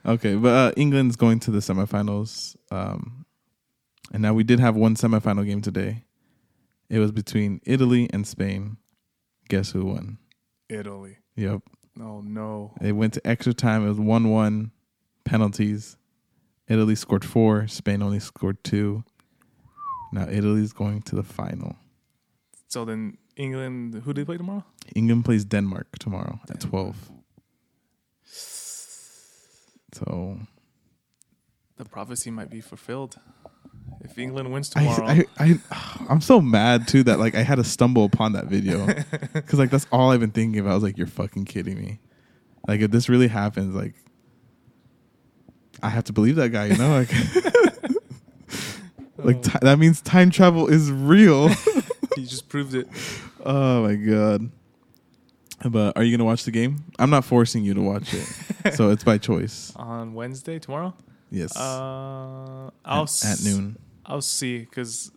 Speaker 1: Okay, but uh, England's going to the semifinals. Um, and now we did have one semifinal game today. It was between Italy and Spain. Guess who won?
Speaker 2: Italy.
Speaker 1: Yep.
Speaker 2: Oh no.
Speaker 1: It went to extra time. It was 1 1 penalties. Italy scored four. Spain only scored two. Now Italy's going to the final.
Speaker 2: So then England, who do they play tomorrow?
Speaker 1: England plays Denmark tomorrow at 12. So
Speaker 2: The prophecy might be fulfilled. If England wins tomorrow,
Speaker 1: I, I, I, *sighs* I'm so mad too that like I had to stumble upon that
Speaker 2: *laughs*
Speaker 1: video because like that's all I've been thinking about. I was like, you're fucking kidding me. Like if this really happens, like I have to believe that guy, you know?
Speaker 2: *laughs*
Speaker 1: Like, *laughs*
Speaker 2: oh.
Speaker 1: like ti- that means time travel is real. *laughs*
Speaker 2: he just proved it.
Speaker 1: oh my god. But are you gonna watch the game? I'm not forcing you to watch
Speaker 2: *laughs*
Speaker 1: it, so it's by choice.
Speaker 2: On Wednesday tomorrow,
Speaker 1: Yes,
Speaker 2: uh,
Speaker 1: at,
Speaker 2: I'll
Speaker 1: at
Speaker 2: s-
Speaker 1: noon.
Speaker 2: I'll see because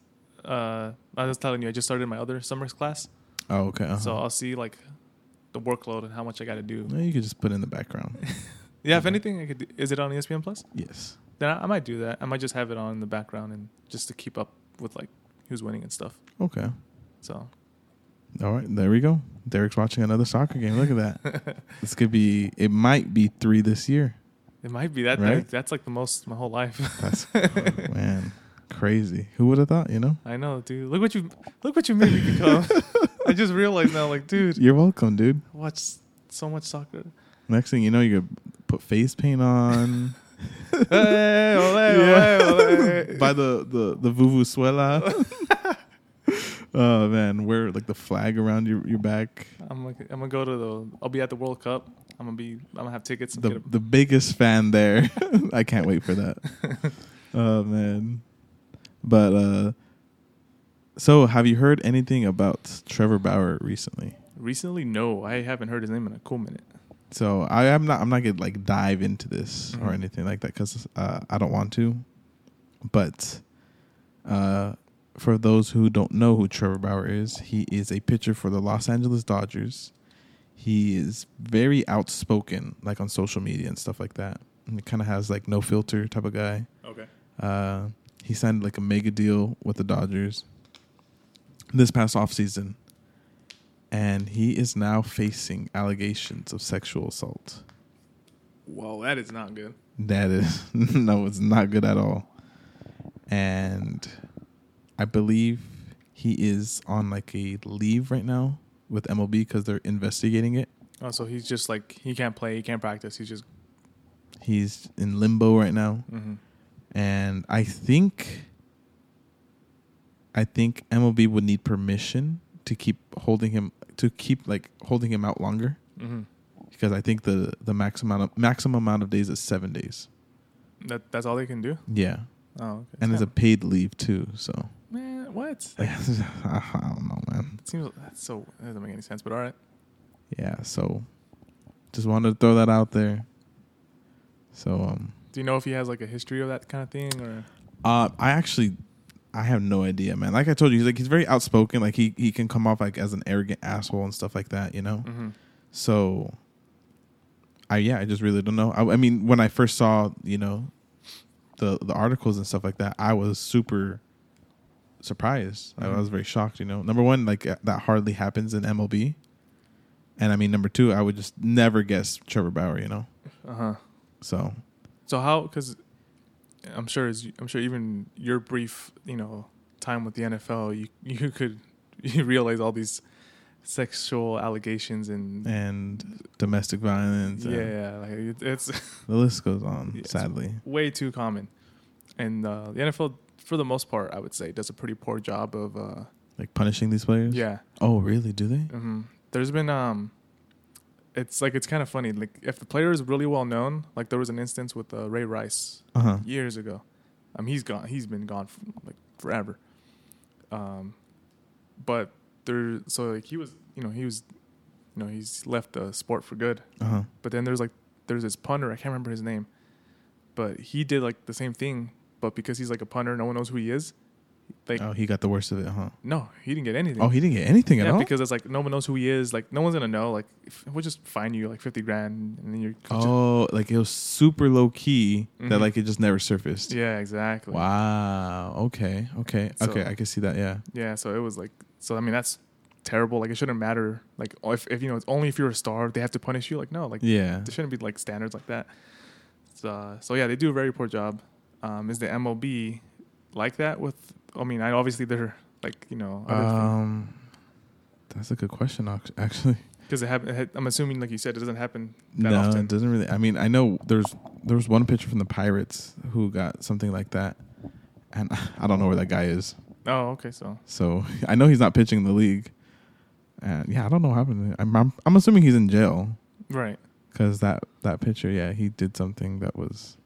Speaker 2: uh, I was telling you, I just started my other summer's class,
Speaker 1: Oh, okay. uh
Speaker 2: so I'll see like the workload and how much I got to do.
Speaker 1: you could just put it in the background.
Speaker 2: *laughs* Yeah, if anything, I could. Do, is it on E ESPN Plus?
Speaker 1: yes.
Speaker 2: Then I, I might do that. I might just have it on in the background and just to keep up with like who's winning and stuff.
Speaker 1: Okay.
Speaker 2: So
Speaker 1: All right, there we go. Derek's watching another soccer game. Look at
Speaker 2: *laughs*
Speaker 1: that. this could be. It might be three this year.
Speaker 2: it might be that.
Speaker 1: Right?
Speaker 2: that's like the most my whole life. *laughs*
Speaker 1: That's oh, man, crazy. Who would have thought? You know.
Speaker 2: I know, dude. Look what you look what you made me become.
Speaker 1: *laughs*
Speaker 2: I just realized now, like, dude,
Speaker 1: You're welcome, dude.
Speaker 2: I watch so much soccer.
Speaker 1: Next thing you know, you could put face paint on.
Speaker 2: *laughs* Hey,
Speaker 1: *laughs*
Speaker 2: ole,
Speaker 1: Yeah.
Speaker 2: ole,
Speaker 1: *laughs*
Speaker 2: ole.
Speaker 1: By the the the
Speaker 2: *laughs*
Speaker 1: vuvuzuela. *laughs* oh man, wear like the flag around your, your back.
Speaker 2: I'm like, I'm gonna go to the. I'll be at the World Cup. I'm gonna be. I'm gonna have tickets. And
Speaker 1: The
Speaker 2: get
Speaker 1: the biggest fan there. *laughs* I can't wait for that. oh man, but uh, so have you heard anything about Trevor Bauer recently?
Speaker 2: a, *laughs* recently, no, I haven't heard his name in a cool minute.
Speaker 1: So I am not I'm not gonna like dive into this or
Speaker 2: Mhm.
Speaker 1: anything like that because uh, I don't want to. But uh, for those who don't know who Trevor Bauer is, he is a pitcher for the Los Angeles Dodgers. He is very outspoken, like on social media and stuff like that. And he kind of has like no filter type of guy.
Speaker 2: Okay.
Speaker 1: Uh, he signed like a mega deal with the Dodgers this past offseason. And he is now facing allegations of sexual assault.
Speaker 2: Whoa, that is not good.
Speaker 1: That is, *laughs* no, it's not good at all. And I believe he is on like a leave right now with MLB because they're investigating it.
Speaker 2: Oh, so he's just like he can't play, he can't practice. He's just.
Speaker 1: He's in limbo right now.
Speaker 2: Mm-hmm.
Speaker 1: and I think I think MLB would need permission to keep holding him to keep like holding him out longer
Speaker 2: Mm-hmm.
Speaker 1: because I think the the max amount of maximum amount of days is seven days.
Speaker 2: That that's all they can do.
Speaker 1: Yeah,
Speaker 2: Oh, okay.
Speaker 1: and it's a paid leave too. So *laughs*
Speaker 2: man. What?
Speaker 1: like, I don't know, man.
Speaker 2: It seems that's so that doesn't make any sense. But all right.
Speaker 1: Yeah, so just wanted to throw that out there. So um,
Speaker 2: Do you know if he has like a history of that kind of thing or?
Speaker 1: Uh, I actually, I have no idea, man. Like I told you, he's like he's very outspoken. Like he he can come off like as an arrogant asshole and stuff like that, you know.
Speaker 2: Mm-hmm.
Speaker 1: So, I yeah, I just really don't know. I, I mean, when I first saw you know, the the articles and stuff like that, I was super surprised. I
Speaker 2: Mhm.
Speaker 1: was very shocked. You know, number one, like uh, that hardly happens in MLB, and I mean, number two, I would just never guess Trevor Bauer. You know,
Speaker 2: Uh huh.
Speaker 1: so
Speaker 2: So how? Because I'm sure as you- I'm sure even your brief you know time with the NFL, you you could *laughs* you realize all these sexual allegations and uh,
Speaker 1: and domestic violence. and
Speaker 2: yeah, yeah, like it, it's *laughs*
Speaker 1: the list goes on.
Speaker 2: Yes.
Speaker 1: Sadly.
Speaker 2: way too common, and uh, the NFL for the most part, I would say, does a pretty poor job of uh,
Speaker 1: like punishing these players?
Speaker 2: Yeah.
Speaker 1: Oh, really? Do they?
Speaker 2: hmm There's been um, it's like it's kind of funny. Like if the player is really well known, like there was an instance with uh, Ray Rice
Speaker 1: Uh huh.
Speaker 2: years ago. Um, he's gone. He's been gone for, like forever. Um, but there, so like he was, you know, he was, you know, he's left the sport for good.
Speaker 1: Uh huh.
Speaker 2: But then there's like there's this punter. I can't remember his name, but he did like the same thing. But because he's like a punter, no one knows who he is. Like
Speaker 1: oh, he got the worst of it, huh?
Speaker 2: no, he didn't get anything.
Speaker 1: Oh, he didn't get anything
Speaker 2: yeah,
Speaker 1: at all.
Speaker 2: because it's like no one knows who he is. Like no one's gonna know. Like if, we'll just fine you like fifty grand, and then you're.
Speaker 1: oh, like it was super low key that
Speaker 2: Mhm.
Speaker 1: like it just never surfaced.
Speaker 2: Yeah, exactly.
Speaker 1: Wow. Okay. Okay.
Speaker 2: So-
Speaker 1: okay. I can see that. Yeah.
Speaker 2: Yeah, so it was like, so I mean that's terrible. Like it shouldn't matter. Like oh, if, if you know it's only if you're a star they have to punish you. Like no, like
Speaker 1: Yeah.
Speaker 2: there shouldn't be like standards like that. So, uh, so yeah, they do a very poor job. Um, is the MLB like that? With I mean, I obviously they're like you know
Speaker 1: Um, that's a good question. ac- Actually,
Speaker 2: because it happen. I'm assuming like you said it doesn't happen that
Speaker 1: no,
Speaker 2: often.
Speaker 1: it doesn't really. I mean, I know there's there was one pitcher from the Pirates who got something like that, and *laughs* I don't know where that guy is.
Speaker 2: Oh, okay, so
Speaker 1: So *laughs* I know he's not pitching in the league. And yeah, I don't know what happened. I'm I'm, I'm assuming he's in jail
Speaker 2: right.
Speaker 1: because that that pitcher, yeah, he did something that was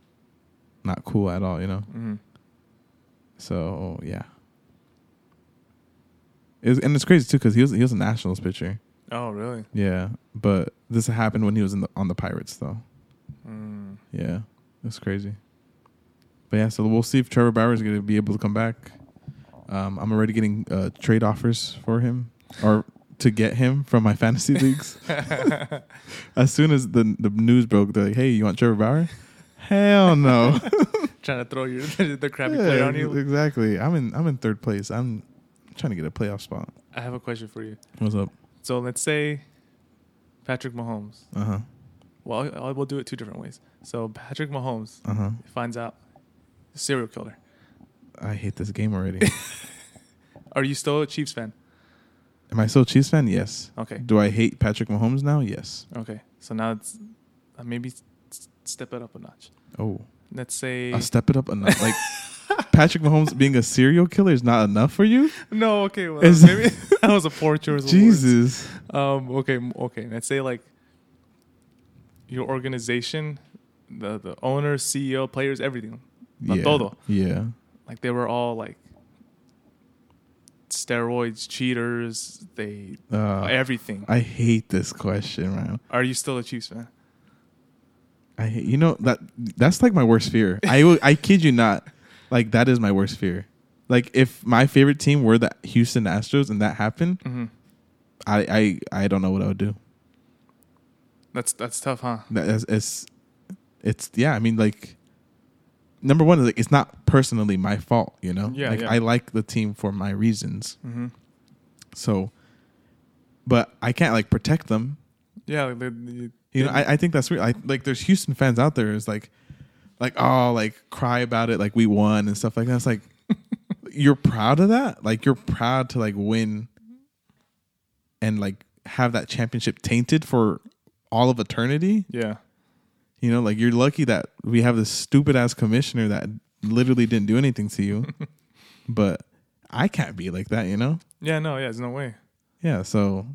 Speaker 1: not cool at all. You know.
Speaker 2: hmm
Speaker 1: So yeah. It was- and it's crazy too because he was he was a Nationals pitcher.
Speaker 2: Oh, really?
Speaker 1: Yeah, but this happened when he was in the, on the Pirates though.
Speaker 2: Mm. *laughs*
Speaker 1: Yeah, that's crazy. But yeah, so we'll see if Trevor Bauer is going to be able to come back. Um, I'm already getting uh, trade offers for him or to get him from my fantasy leagues. as soon as the the news broke, they're like, "Hey, you want Trevor Bauer?" Hell no!
Speaker 2: Trying to throw your *laughs* the crappy
Speaker 1: Yeah,
Speaker 2: player on you.
Speaker 1: Exactly. I'm in. I'm in third place. I'm trying to get a playoff spot.
Speaker 2: I have a question for you.
Speaker 1: What's up?
Speaker 2: So let's say Patrick Mahomes.
Speaker 1: Uh huh.
Speaker 2: Well, I will do it two different ways. So Patrick Mahomes
Speaker 1: Uh huh.
Speaker 2: finds out serial killer.
Speaker 1: I hate this game already. *laughs*
Speaker 2: Are you still a Chiefs fan?
Speaker 1: Am I still a Chiefs fan? Yes.
Speaker 2: Okay.
Speaker 1: Do I hate Patrick Mahomes now? Yes.
Speaker 2: Okay. So now it's uh, maybe s- s- step it up a notch.
Speaker 1: Oh,
Speaker 2: Let's say
Speaker 1: I'll step it up enough. Like *laughs* Patrick Mahomes being a serial killer is not enough for you.
Speaker 2: *laughs* no. Okay. Well,
Speaker 1: Is-
Speaker 2: maybe *laughs*
Speaker 1: *laughs*
Speaker 2: that was a poor choice. of words.
Speaker 1: Jesus.
Speaker 2: Um. Okay. m- Okay. Let's say like your organization, the the owner, CEO, players, everything. Not
Speaker 1: yeah.
Speaker 2: todo.
Speaker 1: Yeah.
Speaker 2: like they were all like steroids cheaters they
Speaker 1: Uh,
Speaker 2: everything
Speaker 1: I hate this question, man.
Speaker 2: are you still a chiefs fan
Speaker 1: I hate, you know that that's like my worst fear. I will- I kid you not. Like that is my worst fear. Like if my favorite team were the Houston Astros and that happened,
Speaker 2: mm-hmm.
Speaker 1: I I, I don't know what I would do.
Speaker 2: that's that's tough huh
Speaker 1: That is, it's, it's yeah. I mean, like number one is like it's not personally my fault, you know.
Speaker 2: Yeah,
Speaker 1: Like
Speaker 2: yeah.
Speaker 1: I like the team for my reasons.
Speaker 2: mm-hmm.
Speaker 1: So, but I can't like protect them.
Speaker 2: yeah like, they- they-
Speaker 1: You know, I, I think that's weird. I like there's Houston fans out there is like, like oh, like cry about it, like we won and stuff like that. It's like you're proud of that. Like you're proud to like win and like have that championship tainted for all of eternity.
Speaker 2: yeah
Speaker 1: You know, like you're lucky that we have this stupid ass commissioner that literally didn't do anything to you. but I can't be like that, you know?
Speaker 2: yeah no yeah there's no
Speaker 1: *laughs*
Speaker 2: way
Speaker 1: Yeah, so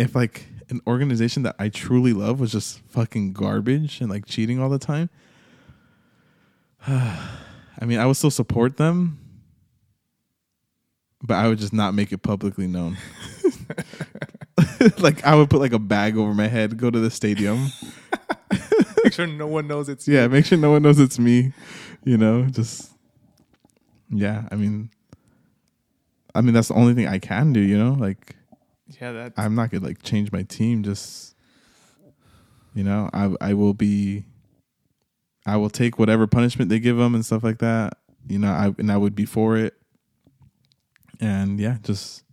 Speaker 1: if like an organization that I truly love was just fucking garbage and like cheating all the time, *sighs* I mean, I would still support them, but I would just not make it publicly known. *laughs* like I would put like a bag over my head, go to the stadium.
Speaker 2: make sure no one knows it's
Speaker 1: yeah, make sure no one knows it's me. You know, just yeah. I mean, I mean that's the only thing I can do. You know, like
Speaker 2: yeah that
Speaker 1: I'm not gonna like change my team. Just you know, I I will be. I will take whatever punishment they give them and stuff like that. You know, I and I would be for it. And yeah, just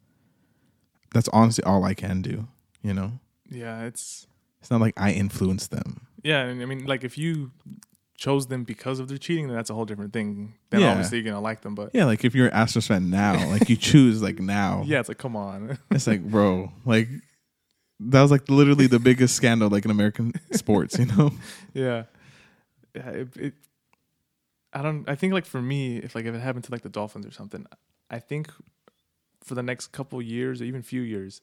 Speaker 1: that's honestly all I can do. You know,
Speaker 2: yeah it's
Speaker 1: it's not like I influence them.
Speaker 2: yeah and i mean like if you chose them because of their cheating then that's a whole different thing then
Speaker 1: Yeah.
Speaker 2: obviously you're gonna like them but
Speaker 1: Yeah, like if you're an Astros fan now,
Speaker 2: *laughs*
Speaker 1: like you choose like now.
Speaker 2: yeah it's like come on
Speaker 1: It's like, bro, like that was like literally the biggest scandal like in
Speaker 2: *laughs*
Speaker 1: American sports, you know?
Speaker 2: Yeah. Yeah, It, it, I don't. I think like for me, if like if it happened to like the Dolphins or something, I think for the next couple years or even few years,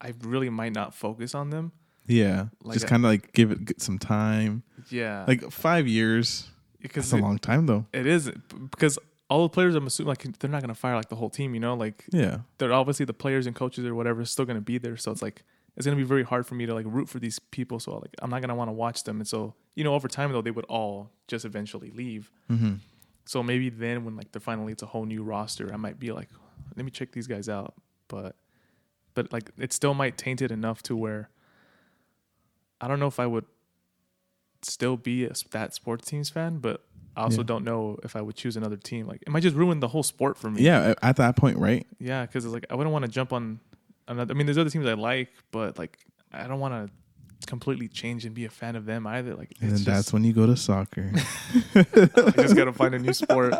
Speaker 2: I really might not focus on them.
Speaker 1: Yeah,
Speaker 2: Like
Speaker 1: just
Speaker 2: a-
Speaker 1: kind of like give it g- some time.
Speaker 2: Yeah,
Speaker 1: Like five years.
Speaker 2: because
Speaker 1: That's a
Speaker 2: it-
Speaker 1: long time though.
Speaker 2: it is because all the players I'm assuming like they're not gonna fire like the whole team. You know, like
Speaker 1: Yeah,
Speaker 2: they're obviously the players and coaches or whatever is still going to be there. So it's like it's going to be very hard for me to like root for these people. So like I'm not going to want to watch them. And so you know, over time though, they would all just eventually leave.
Speaker 1: mm-hmm.
Speaker 2: So maybe then when like they're finally it's a whole new roster, I might be like, let me check these guys out. But but like it still might taint it enough to where I don't know if I would still be a, s- that sports teams fan, but I also
Speaker 1: Yeah.
Speaker 2: don't know if I would choose another team. Like it might just ruin the whole sport for me.
Speaker 1: yeah. a- At that point, right?
Speaker 2: Yeah, because it's like I wouldn't want to jump on another. I mean, there's other teams I like, but like I don't want to completely change and be a fan of them either. Like
Speaker 1: And
Speaker 2: it's
Speaker 1: then that's
Speaker 2: just,
Speaker 1: when you go to *laughs* soccer.
Speaker 2: *laughs* I just gotta find a new sport.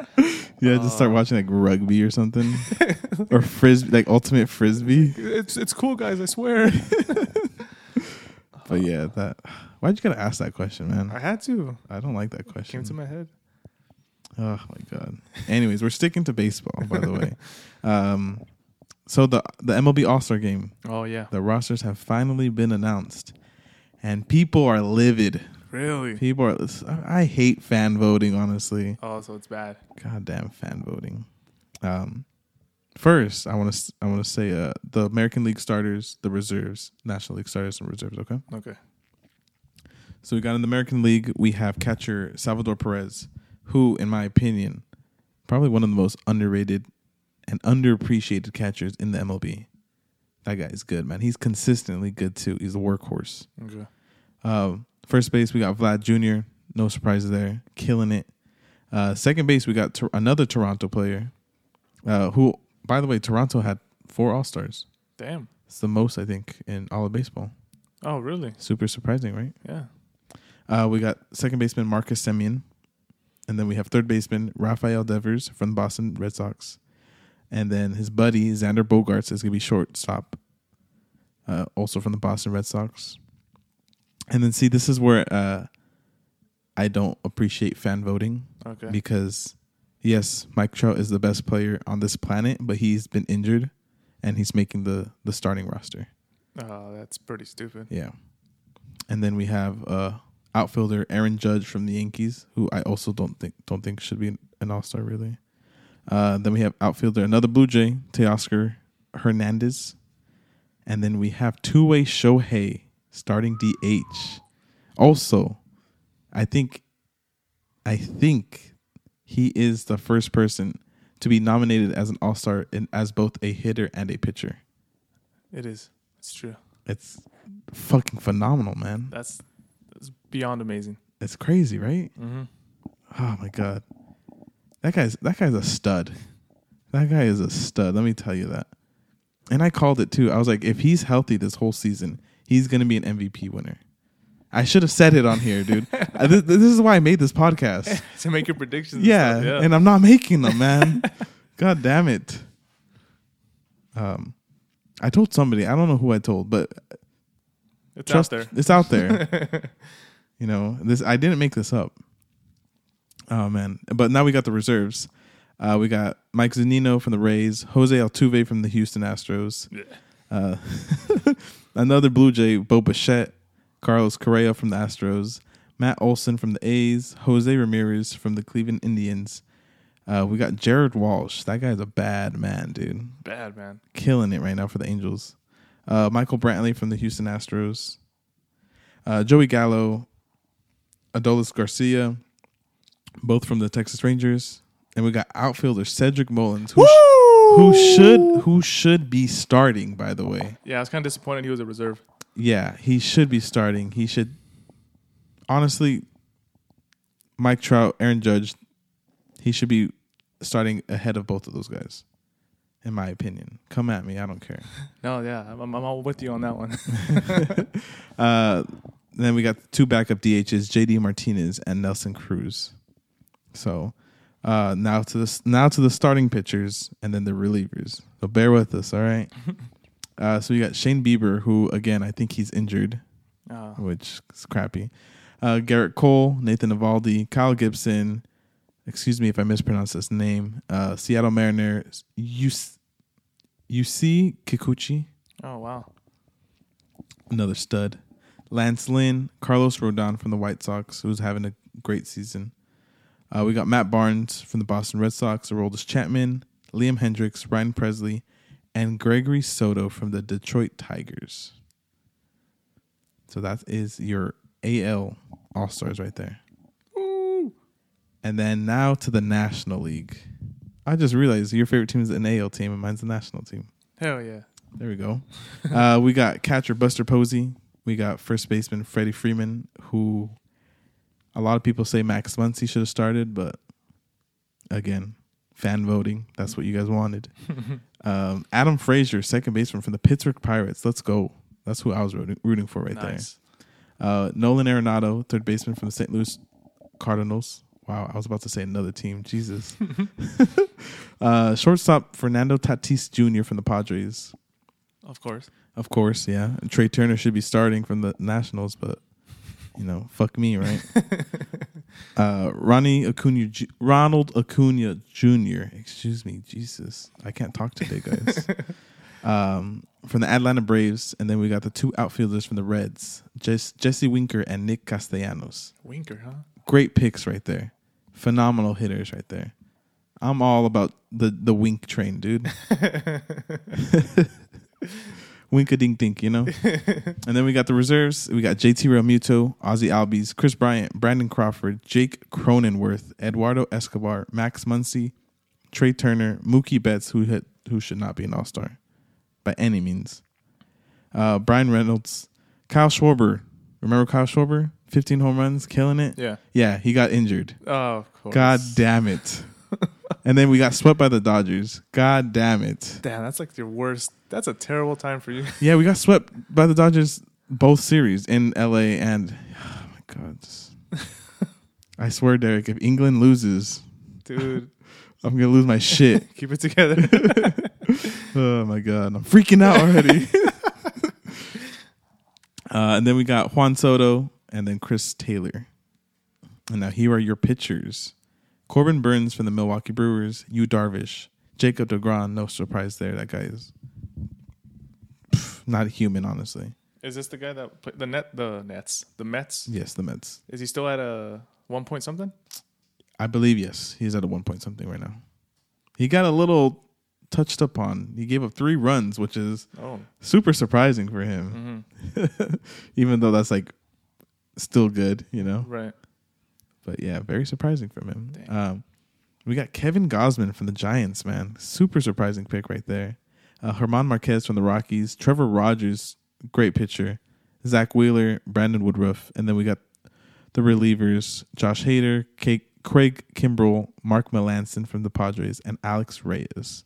Speaker 1: yeah, just start
Speaker 2: Uh,
Speaker 1: watching like rugby or *laughs* something, or frisbee, like ultimate frisbee.
Speaker 2: *laughs* It's it's cool, guys. I swear.
Speaker 1: But yeah, that. Why'd you gotta ask that question,
Speaker 2: I
Speaker 1: man?
Speaker 2: had to.
Speaker 1: I don't like that
Speaker 2: Came
Speaker 1: question.
Speaker 2: to my head.
Speaker 1: Oh my god. Anyways, we're sticking to baseball, by the *laughs* way. Um, so the the MLB All Star Game,
Speaker 2: Oh yeah,
Speaker 1: the rosters have finally been announced, and people are livid.
Speaker 2: really?
Speaker 1: People are. I hate fan voting, honestly.
Speaker 2: Oh, so it's bad.
Speaker 1: Goddamn fan voting. Um, first, I want to I want to say uh, the American League starters, the reserves, National League starters, and reserves. Okay.
Speaker 2: Okay.
Speaker 1: So we got in the American League, we have catcher Salvador Perez, who, in my opinion, probably one of the most underrated and underappreciated catchers in the MLB. That guy is good, man. He's consistently good too. He's a workhorse.
Speaker 2: Okay.
Speaker 1: Um, first base, we got Vlad Jr. No surprise there, killing it. Uh, second base, we got Tor- another Toronto player, uh, who, by the way, Toronto had four All Stars.
Speaker 2: Damn.
Speaker 1: It's the most I think in all of baseball.
Speaker 2: Oh really?
Speaker 1: Super surprising, right?
Speaker 2: Yeah.
Speaker 1: Uh, we got second baseman Marcus Semien, and then we have third baseman Rafael Devers from the Boston Red Sox, and then his buddy Xander Bogarts is gonna be shortstop, uh, also from the Boston Red Sox. And then see, this is where uh, I don't appreciate fan voting
Speaker 2: Okay.
Speaker 1: because yes, Mike Trout is the best player on this planet, but he's been injured, and he's making the the starting roster.
Speaker 2: oh, that's pretty stupid.
Speaker 1: Yeah. And then we have uh outfielder Aaron Judge from the Yankees, who I also don't think don't think should be an all star really. Uh then we have outfielder another Blue Jay, Teoscar Hernandez. And then we have two way Shohei starting DH. Also, I think I think he is the first person to be nominated as an all star in as both a hitter and a pitcher.
Speaker 2: It is. It's true.
Speaker 1: It's fucking phenomenal, man.
Speaker 2: That's that's beyond amazing.
Speaker 1: It's crazy, right?
Speaker 2: Mm-hmm.
Speaker 1: Oh my god, that guy's that guy's a stud. That guy is a stud. Let me tell you that. And I called it too. I was like, if he's healthy this whole season, he's gonna be an MVP winner. I should have said it on here, dude. I- this, this is why I made this podcast.
Speaker 2: *laughs* to make your predictions. and
Speaker 1: Yeah,
Speaker 2: stuff,
Speaker 1: and I'm not making them, man. god damn it. Um, I told somebody. I don't know who I told, but
Speaker 2: it's
Speaker 1: trust
Speaker 2: out there.
Speaker 1: It's out there.
Speaker 2: *laughs*
Speaker 1: you know, this I didn't make this up. Oh man. But now we got the reserves. Uh, we got Mike Zanino from the Rays, Jose Altuve from the Houston Astros,
Speaker 2: Yeah.
Speaker 1: uh, *laughs* another Blue Jay, Bo Bichette, Carlos Correa from the Astros, Matt Olson from the A's, Jose Ramirez from the Cleveland Indians. Uh, we got Jared Walsh. That guy's a bad man, dude
Speaker 2: Bad man.
Speaker 1: killing it right now for the Angels. Uh, Michael Brantley from the Houston Astros, uh, Joey Gallo, Adolis Garcia, both from the Texas Rangers, and we got outfielder Cedric Mullins, who, sh- who should who should be starting. By the way,
Speaker 2: Yeah, I was kind of disappointed he was a reserve.
Speaker 1: yeah, he should be starting. He should honestly. Mike Trout, Aaron Judge, he should be starting ahead of both of those guys, in my opinion. Come at me, I don't care.
Speaker 2: No, yeah, I'm, I'm all with you on
Speaker 1: *laughs*
Speaker 2: that one. *laughs*
Speaker 1: Uh, then we got two backup DHs, JD Martinez and Nelson Cruz. So uh, now to the s- now to the starting pitchers and then the relievers. So bear with us, all right? *laughs* uh, so you got Shane Bieber, who again I think he's injured,
Speaker 2: Uh,
Speaker 1: which is crappy. Uh, Garrett Cole, Nathan Navaldi, Kyle Gibson. Excuse me if I mispronounce this name. Uh, Seattle Mariners, Yus- You see Kikuchi,
Speaker 2: Oh wow.
Speaker 1: another stud. Lance Lynn, Carlos Rodon from the White Sox, who's having a great season. Uh, we got Matt Barnes from the Boston Red Sox, Aroldis Chapman, Liam Hendricks, Ryan Presley, and Gregory Soto from the Detroit Tigers. So that is your AL All Stars right there. And then now to the National League. I just realized your favorite team is an AL team and mine's the national team.
Speaker 2: Hell yeah.
Speaker 1: There we go. *laughs* uh, we got catcher Buster Posey. We got first baseman Freddie Freeman, who a lot of people say Max Muncy should have started, but again, fan voting. That's what you guys wanted. um, Adam Frazier, second baseman from the Pittsburgh Pirates. Let's go. That's who I was rooting, rooting for right
Speaker 2: nice.
Speaker 1: there. Uh, Nolan Arenado, third baseman from the St. Louis Cardinals. Wow, I was about to say another team. Jesus. *laughs* uh, shortstop Fernando Tatis Jr. from the Padres.
Speaker 2: Of course.
Speaker 1: Of course, yeah. And Trey Turner should be starting from the Nationals, but you know, fuck me, right? uh, Ronnie Acuna, Ju- Ronald Acuna Jr. Excuse me, Jesus, I can't talk today, guys. um, from the Atlanta Braves, and then we got the two outfielders from the Reds, Jess, Jesse Winker and Nick Castellanos.
Speaker 2: Winker, huh?
Speaker 1: Great picks right there. Phenomenal hitters right there. I'm all about the the wink train, dude. Wink a dink dink, you know? and then we got the reserves. We got JT Realmuto, Ozzy Albies, Chris Bryant, Brandon Crawford, Jake Cronenworth, Eduardo Escobar, Max Muncy, Trey Turner, Mookie Betts, who hit, who should not be an all star by any means. Uh, Brian Reynolds, Kyle Schwarber. Remember Kyle Schwarber? 15 home runs, killing it.
Speaker 2: Yeah.
Speaker 1: Yeah, he got injured.
Speaker 2: Oh, of course.
Speaker 1: God damn
Speaker 2: *laughs*
Speaker 1: it. and then we got swept by the Dodgers. God damn it.
Speaker 2: Damn, that's like your worst. That's a terrible time for you.
Speaker 1: Yeah, we got swept by the Dodgers both series in LA and *sighs* oh my god.
Speaker 2: *laughs*
Speaker 1: just- I swear, Derek, if England loses,
Speaker 2: Dude,
Speaker 1: I'm gonna lose my shit.
Speaker 2: keep it together. *laughs*
Speaker 1: oh my god, I'm freaking out already. *laughs* uh, and then we got Juan Soto and then Chris Taylor. And now here are your pitchers: Corbin Burns from the Milwaukee Brewers, Yu Darvish, Jacob DeGrom. No surprise there. That guy is pff, not human, honestly.
Speaker 2: Is this the guy that played the net the Nets, the Mets?
Speaker 1: Yes, the Mets.
Speaker 2: Is he still at a one point something?
Speaker 1: I believe yes. He's at a one point something right now. He got a little touched up on. He gave up three runs, which is
Speaker 2: Oh,
Speaker 1: super surprising for him.
Speaker 2: hmm
Speaker 1: Even though that's like still good, you know.
Speaker 2: right.
Speaker 1: But yeah, very surprising from him.
Speaker 2: Dang.
Speaker 1: Um, we got Kevin Gosman from the Giants, man. Super surprising pick right there. Uh, Herman Marquez from the Rockies. Trevor Rogers, great pitcher. Zach Wheeler, Brandon Woodruff, and then we got the relievers: Josh Hader, Kate, Craig Kimbrell, Mark Melanson from the Padres, and Alex Reyes.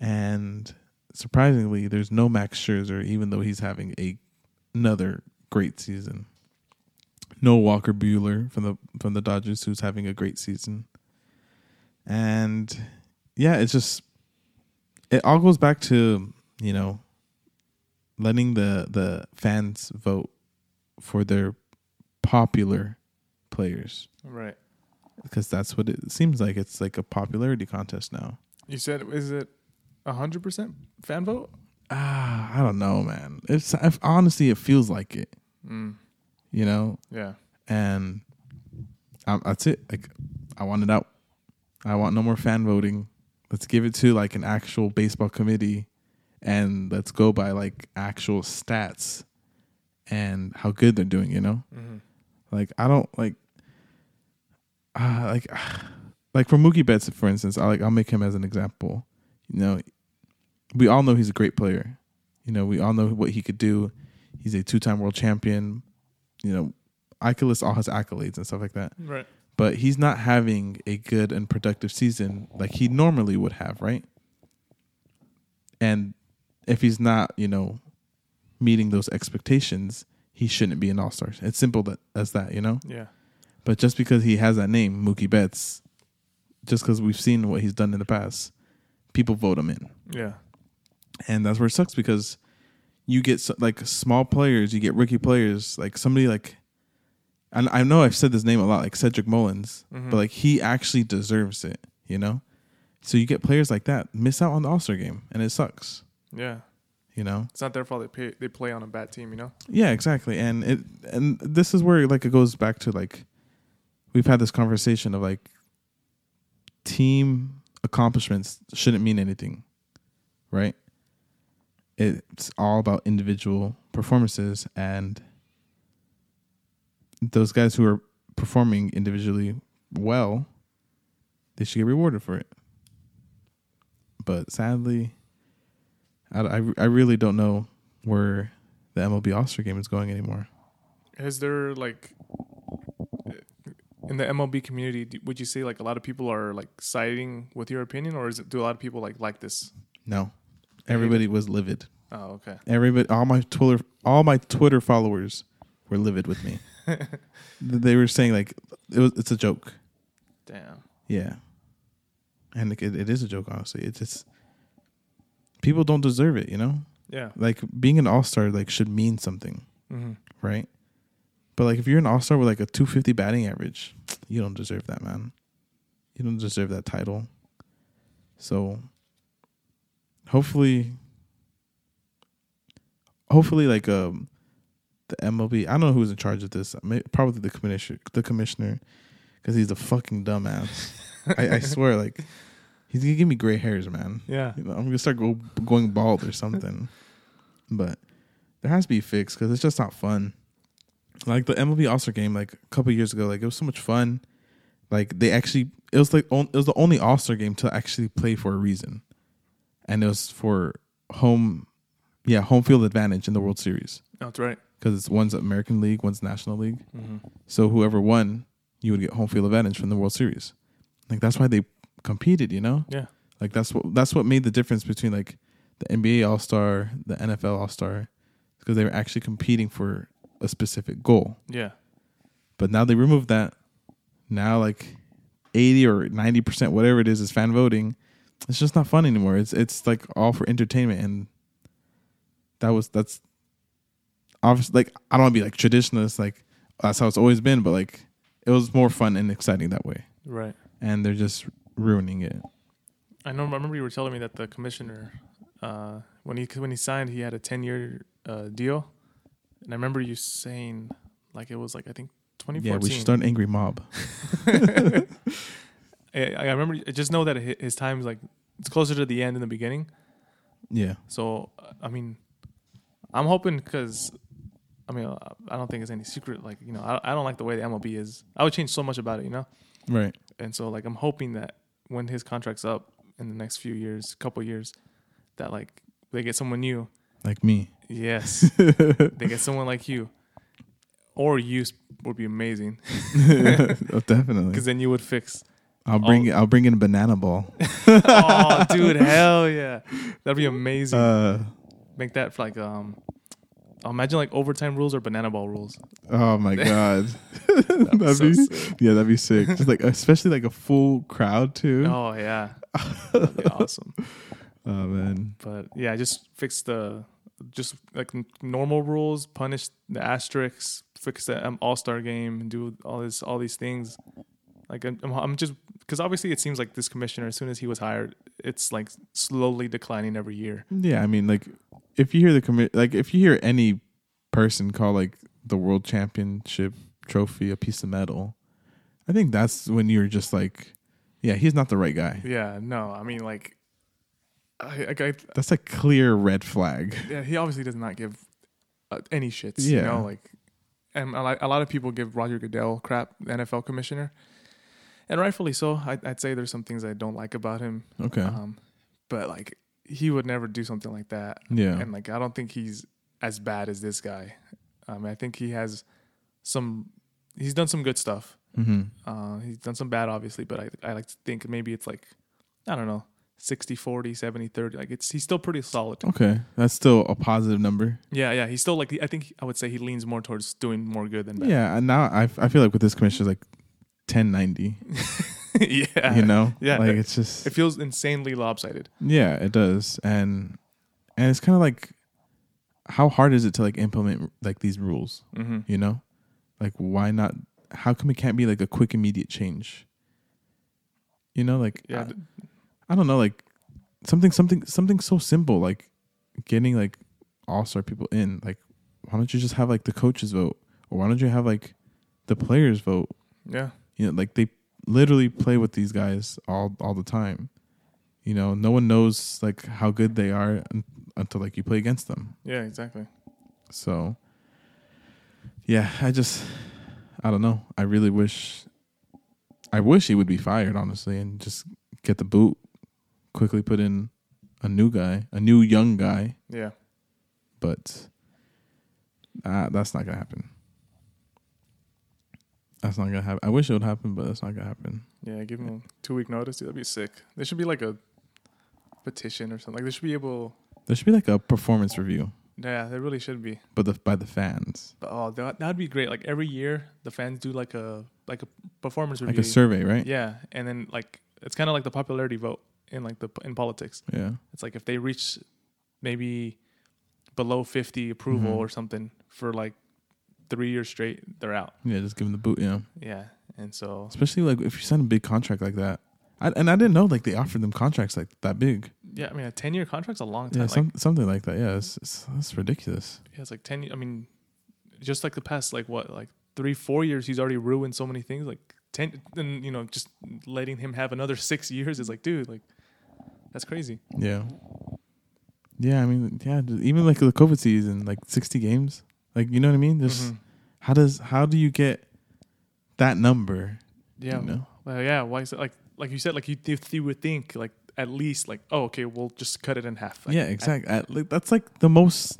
Speaker 1: And surprisingly, there's no Max Scherzer, even though he's having a another great season. No Walker Bueller from the from the Dodgers, who's having a great season. And yeah, it's just it all goes back to you know letting the the fans vote for their popular players
Speaker 2: Right.
Speaker 1: because that's what it seems like. It's like a popularity contest now.
Speaker 2: You said is it hundred percent fan vote?
Speaker 1: Ah, I don't know, man. It's I, honestly, it feels like it.
Speaker 2: Mm.
Speaker 1: You know,
Speaker 2: Yeah.
Speaker 1: and um, that's it. Like, I want it out. I want no more fan voting. Let's give it to like an actual baseball committee, and let's go by like actual stats and how good they're doing. You know,
Speaker 2: Mm-hmm.
Speaker 1: like I don't like, uh, like, *sighs* like for Mookie Betts, for instance, I like I'll make him as an example. You know, we all know he's a great player. You know, we all know what he could do. He's a two-time world champion. You know, I could list all his accolades and stuff like that,
Speaker 2: Right.
Speaker 1: but he's not having a good and productive season like he normally would have, right? And if he's not, you know, meeting those expectations, he shouldn't be an all-star. It's simple that, as that, you know.
Speaker 2: Yeah.
Speaker 1: But just because he has that name, Mookie Betts, just because we've seen what he's done in the past, people vote him in,
Speaker 2: Yeah.
Speaker 1: and that's where it sucks because you get so, like small players, you get rookie players, like somebody like, and I know I've said this name a lot, like Cedric Mullins,
Speaker 2: Mhm.
Speaker 1: but like he actually deserves it, you know. So you get players like that miss out on the All Star game, and it sucks.
Speaker 2: Yeah,
Speaker 1: You know?
Speaker 2: it's not their fault. They pay, they play on a bad team. You know.
Speaker 1: Yeah, exactly. And it and this is where like it goes back to like we've had this conversation of like team accomplishments shouldn't mean anything, right? It's all about individual performances and those guys who are performing individually well, they should get rewarded for it. But sadly, I, I, I really don't know where the MLB All Star game is going anymore.
Speaker 2: Is there like in the MLB community? do- Would you say like a lot of people are like siding with your opinion, or is it do a lot of people like like this?
Speaker 1: No, everybody was livid.
Speaker 2: Oh, okay.
Speaker 1: Everybody, all my Twitter, all my Twitter followers were livid with *laughs* me. they were saying like it was, it's a joke.
Speaker 2: Damn.
Speaker 1: Yeah, and it, it is a joke. Honestly, it's just people don't deserve it. You know,
Speaker 2: Yeah.
Speaker 1: like being an All Star like should mean something,
Speaker 2: Mm-hmm.
Speaker 1: right? But like if you're an All Star with like a 250 batting average, you don't deserve that, man. You don't deserve that title. So hopefully hopefully like um the MLB, I don't know who's in charge of this. May- Probably the commissioner, the commissioner, because he's a fucking dumbass. I, I swear, like he's gonna give me gray hairs, man.
Speaker 2: Yeah.
Speaker 1: You know, I'm gonna start go, going bald or something. but there has to be fixed because it's just not fun. Like the MLB All Star game, like a couple years ago, like it was so much fun. Like they actually, it was like on, it was the only All Star game to actually play for a reason, and it was for home, yeah, home field advantage in the World Series
Speaker 2: That's right.
Speaker 1: because it's one's American League, one's National League.
Speaker 2: Mm-hmm.
Speaker 1: So whoever won, you would get home field advantage from the World Series. Like that's why they competed, you know.
Speaker 2: Yeah.
Speaker 1: Like that's what that's what made the difference between like the NBA All Star, the NFL All Star, because they were actually competing for a specific goal.
Speaker 2: Yeah.
Speaker 1: But now they removed that. Now like eighty or ninety percent, whatever it is, is fan voting. It's just not fun anymore. It's it's like all for entertainment, and that was that's obviously like I don't want to be like traditionalist, like that's how it's always been, but like it was more fun and exciting that way,
Speaker 2: Right.
Speaker 1: and they're just ruining it.
Speaker 2: I know. I remember you were telling me that the commissioner, uh, when he when he signed, he had a ten year uh, deal, and I remember you saying like it was like I think twenty fourteen.
Speaker 1: Yeah, we should start an angry mob.
Speaker 2: I, I remember. I just know that hi- his time is like it's closer to the end than the beginning.
Speaker 1: Yeah.
Speaker 2: So uh, I mean, I'm hoping because I mean uh, I don't think it's any secret. Like you know, I, I don't like the way the MLB is. I would change so much about it, you know.
Speaker 1: Right.
Speaker 2: And so like I'm hoping that when his contract's up in the next few years, couple years, that like they get someone new.
Speaker 1: Like me. *laughs* Oh,
Speaker 2: Yes, they get someone like you, or you s- would be amazing
Speaker 1: Oh, Definitely.
Speaker 2: *laughs* because then you would fix.
Speaker 1: I'll bring I'll bring in a banana ball.
Speaker 2: oh, dude, hell yeah, that'd be amazing.
Speaker 1: Uh
Speaker 2: Make that like um, imagine like overtime rules or banana ball rules.
Speaker 1: oh my god.
Speaker 2: *laughs* That'd be so
Speaker 1: That'd be
Speaker 2: sick.
Speaker 1: yeah, that'd be sick. Just like especially like a full crowd too. Oh,
Speaker 2: Oh yeah, that'd *laughs* be awesome.
Speaker 1: man.
Speaker 2: But yeah, just fix the just like n- normal rules, punish the asterisks, fix the um, All Star game, and do all this all these things. Like I'm, I'm- I'm just because obviously it seems like this commissioner, as soon as he was hired, it's like slowly declining every year.
Speaker 1: Yeah, I mean like if you hear the commi- like if you hear any person call like the world championship trophy a piece of metal, I think that's when you're just like yeah, he's not the right guy.
Speaker 2: Yeah, no, I mean like, I, like I,
Speaker 1: That's a clear red flag.
Speaker 2: yeah, he obviously does not give uh, any shits. You
Speaker 1: Yeah.
Speaker 2: know, like, and a lot, a lot of people give Roger Goodell crap, the NFL commissioner, and rightfully so. I, I'd say there's some things I don't like about him.
Speaker 1: Okay.
Speaker 2: Um, but like, he would never do something like that.
Speaker 1: yeah.
Speaker 2: And like, I don't think he's as bad as this guy. Um, I think he has some. He's done some good stuff.
Speaker 1: mm-hmm.
Speaker 2: Uh, he's done some bad, obviously, but I, I like to think maybe it's like, I don't know, 60, 40, 70, 30. Like, it's he's still pretty solid.
Speaker 1: Okay, that's still a positive number.
Speaker 2: Yeah, yeah. He's still like I think I would say he leans more towards doing more good than bad.
Speaker 1: Yeah, and now I, I feel like with this commission it's like
Speaker 2: *laughs*
Speaker 1: 1090,
Speaker 2: Yeah, *laughs* yeah.
Speaker 1: you know?
Speaker 2: yeah.
Speaker 1: Like it's just
Speaker 2: It feels insanely lopsided.
Speaker 1: yeah, it does. And and it's kind of like how hard is it to like implement like these rules,
Speaker 2: Mm-hmm.
Speaker 1: you know? Like why not how come it can't be like a quick immediate change? You know, like
Speaker 2: Yeah,
Speaker 1: I-
Speaker 2: th-
Speaker 1: I don't know, like something, something, something so simple, like getting like all star people in. Like, why don't you just have like the coaches vote, or why don't you have like the players vote?
Speaker 2: Yeah.
Speaker 1: You know, like they literally play with these guys all all the time. You know, no one knows like how good they are un- until like you play against them.
Speaker 2: Yeah. Exactly.
Speaker 1: So, yeah, I just, I don't know. I really wish, I wish he would be fired, honestly, and just get the boot, quickly put in a new guy, a new young guy,
Speaker 2: Yeah.
Speaker 1: but uh, that's not going to happen. That's not going to happen. I wish it would happen, but that's not going to happen.
Speaker 2: Yeah. Give them a two week notice. Dude, that'd be sick. There should be like a petition or something. Like they should be able.
Speaker 1: There should be like a performance review,
Speaker 2: Yeah. They really should be.
Speaker 1: but the, by the fans,
Speaker 2: But oh, that that'd be great. Like every year, the fans do like a like a performance review.
Speaker 1: like a survey, right?
Speaker 2: Yeah, and then like it's kind of like the popularity vote in like the in politics.
Speaker 1: Yeah.
Speaker 2: It's like if they reach maybe below 50 approval
Speaker 1: Mhm.
Speaker 2: or something for like 3 years straight, they're out.
Speaker 1: Yeah, just give him the boot. Yeah.
Speaker 2: Yeah. And so
Speaker 1: especially like if you sign a big contract like that. I, and I didn't know like they offered them contracts like that big.
Speaker 2: yeah, I mean a 10-year contract's a long
Speaker 1: Yeah,
Speaker 2: time. like
Speaker 1: some, something like that. Yeah, it's, it's, that's ridiculous.
Speaker 2: yeah, it's like 10 y- I mean just like the past like what like 3 4 years he's already ruined so many things like 10 and you know just letting him have another *laughs* 6 years is like dude, like that's crazy.
Speaker 1: Yeah. Yeah, I mean, yeah, just- even like the COVID season, like sixty games, like you know what I mean. Just
Speaker 2: Mhm.
Speaker 1: how does how do you get that number?
Speaker 2: Yeah.
Speaker 1: you know?
Speaker 2: Well, yeah. Why is it like like you said? Like you, you, you would think like at least like oh okay we'll just cut it in half. Like,
Speaker 1: yeah, exactly. I, like, that's like the most,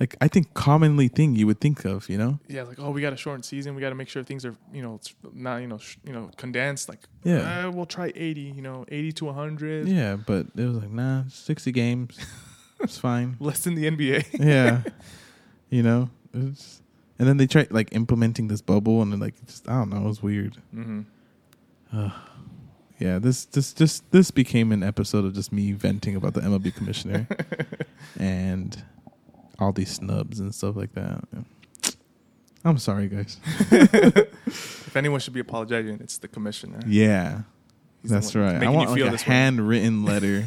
Speaker 1: like I think commonly thing you would think of. You know.
Speaker 2: I- yeah. Like oh we got a shortened season. We got to make sure things are you know it's not you know sh- you know condensed. Like
Speaker 1: Yeah.
Speaker 2: uh, we'll try eighty. You know eighty to hundred.
Speaker 1: Yeah, but it was like nah, sixty
Speaker 2: *laughs*
Speaker 1: games, it's fine.
Speaker 2: Less than the NBA.
Speaker 1: yeah you know it's, and then they tried like implementing this bubble and then like just i don't know it was weird
Speaker 2: *laughs*
Speaker 1: *laughs*
Speaker 2: mm-hmm.
Speaker 1: yeah this this just this became an episode of just me venting about the mlb
Speaker 2: *laughs*
Speaker 1: commissioner and all these snubs and stuff like that i'm sorry
Speaker 2: *laughs*
Speaker 1: guys
Speaker 2: If anyone should be apologizing, it's the commissioner.
Speaker 1: yeah
Speaker 2: He's the
Speaker 1: that's
Speaker 2: one
Speaker 1: right i
Speaker 2: making you
Speaker 1: want like
Speaker 2: feel
Speaker 1: a
Speaker 2: this way.
Speaker 1: handwritten
Speaker 2: *laughs*
Speaker 1: letter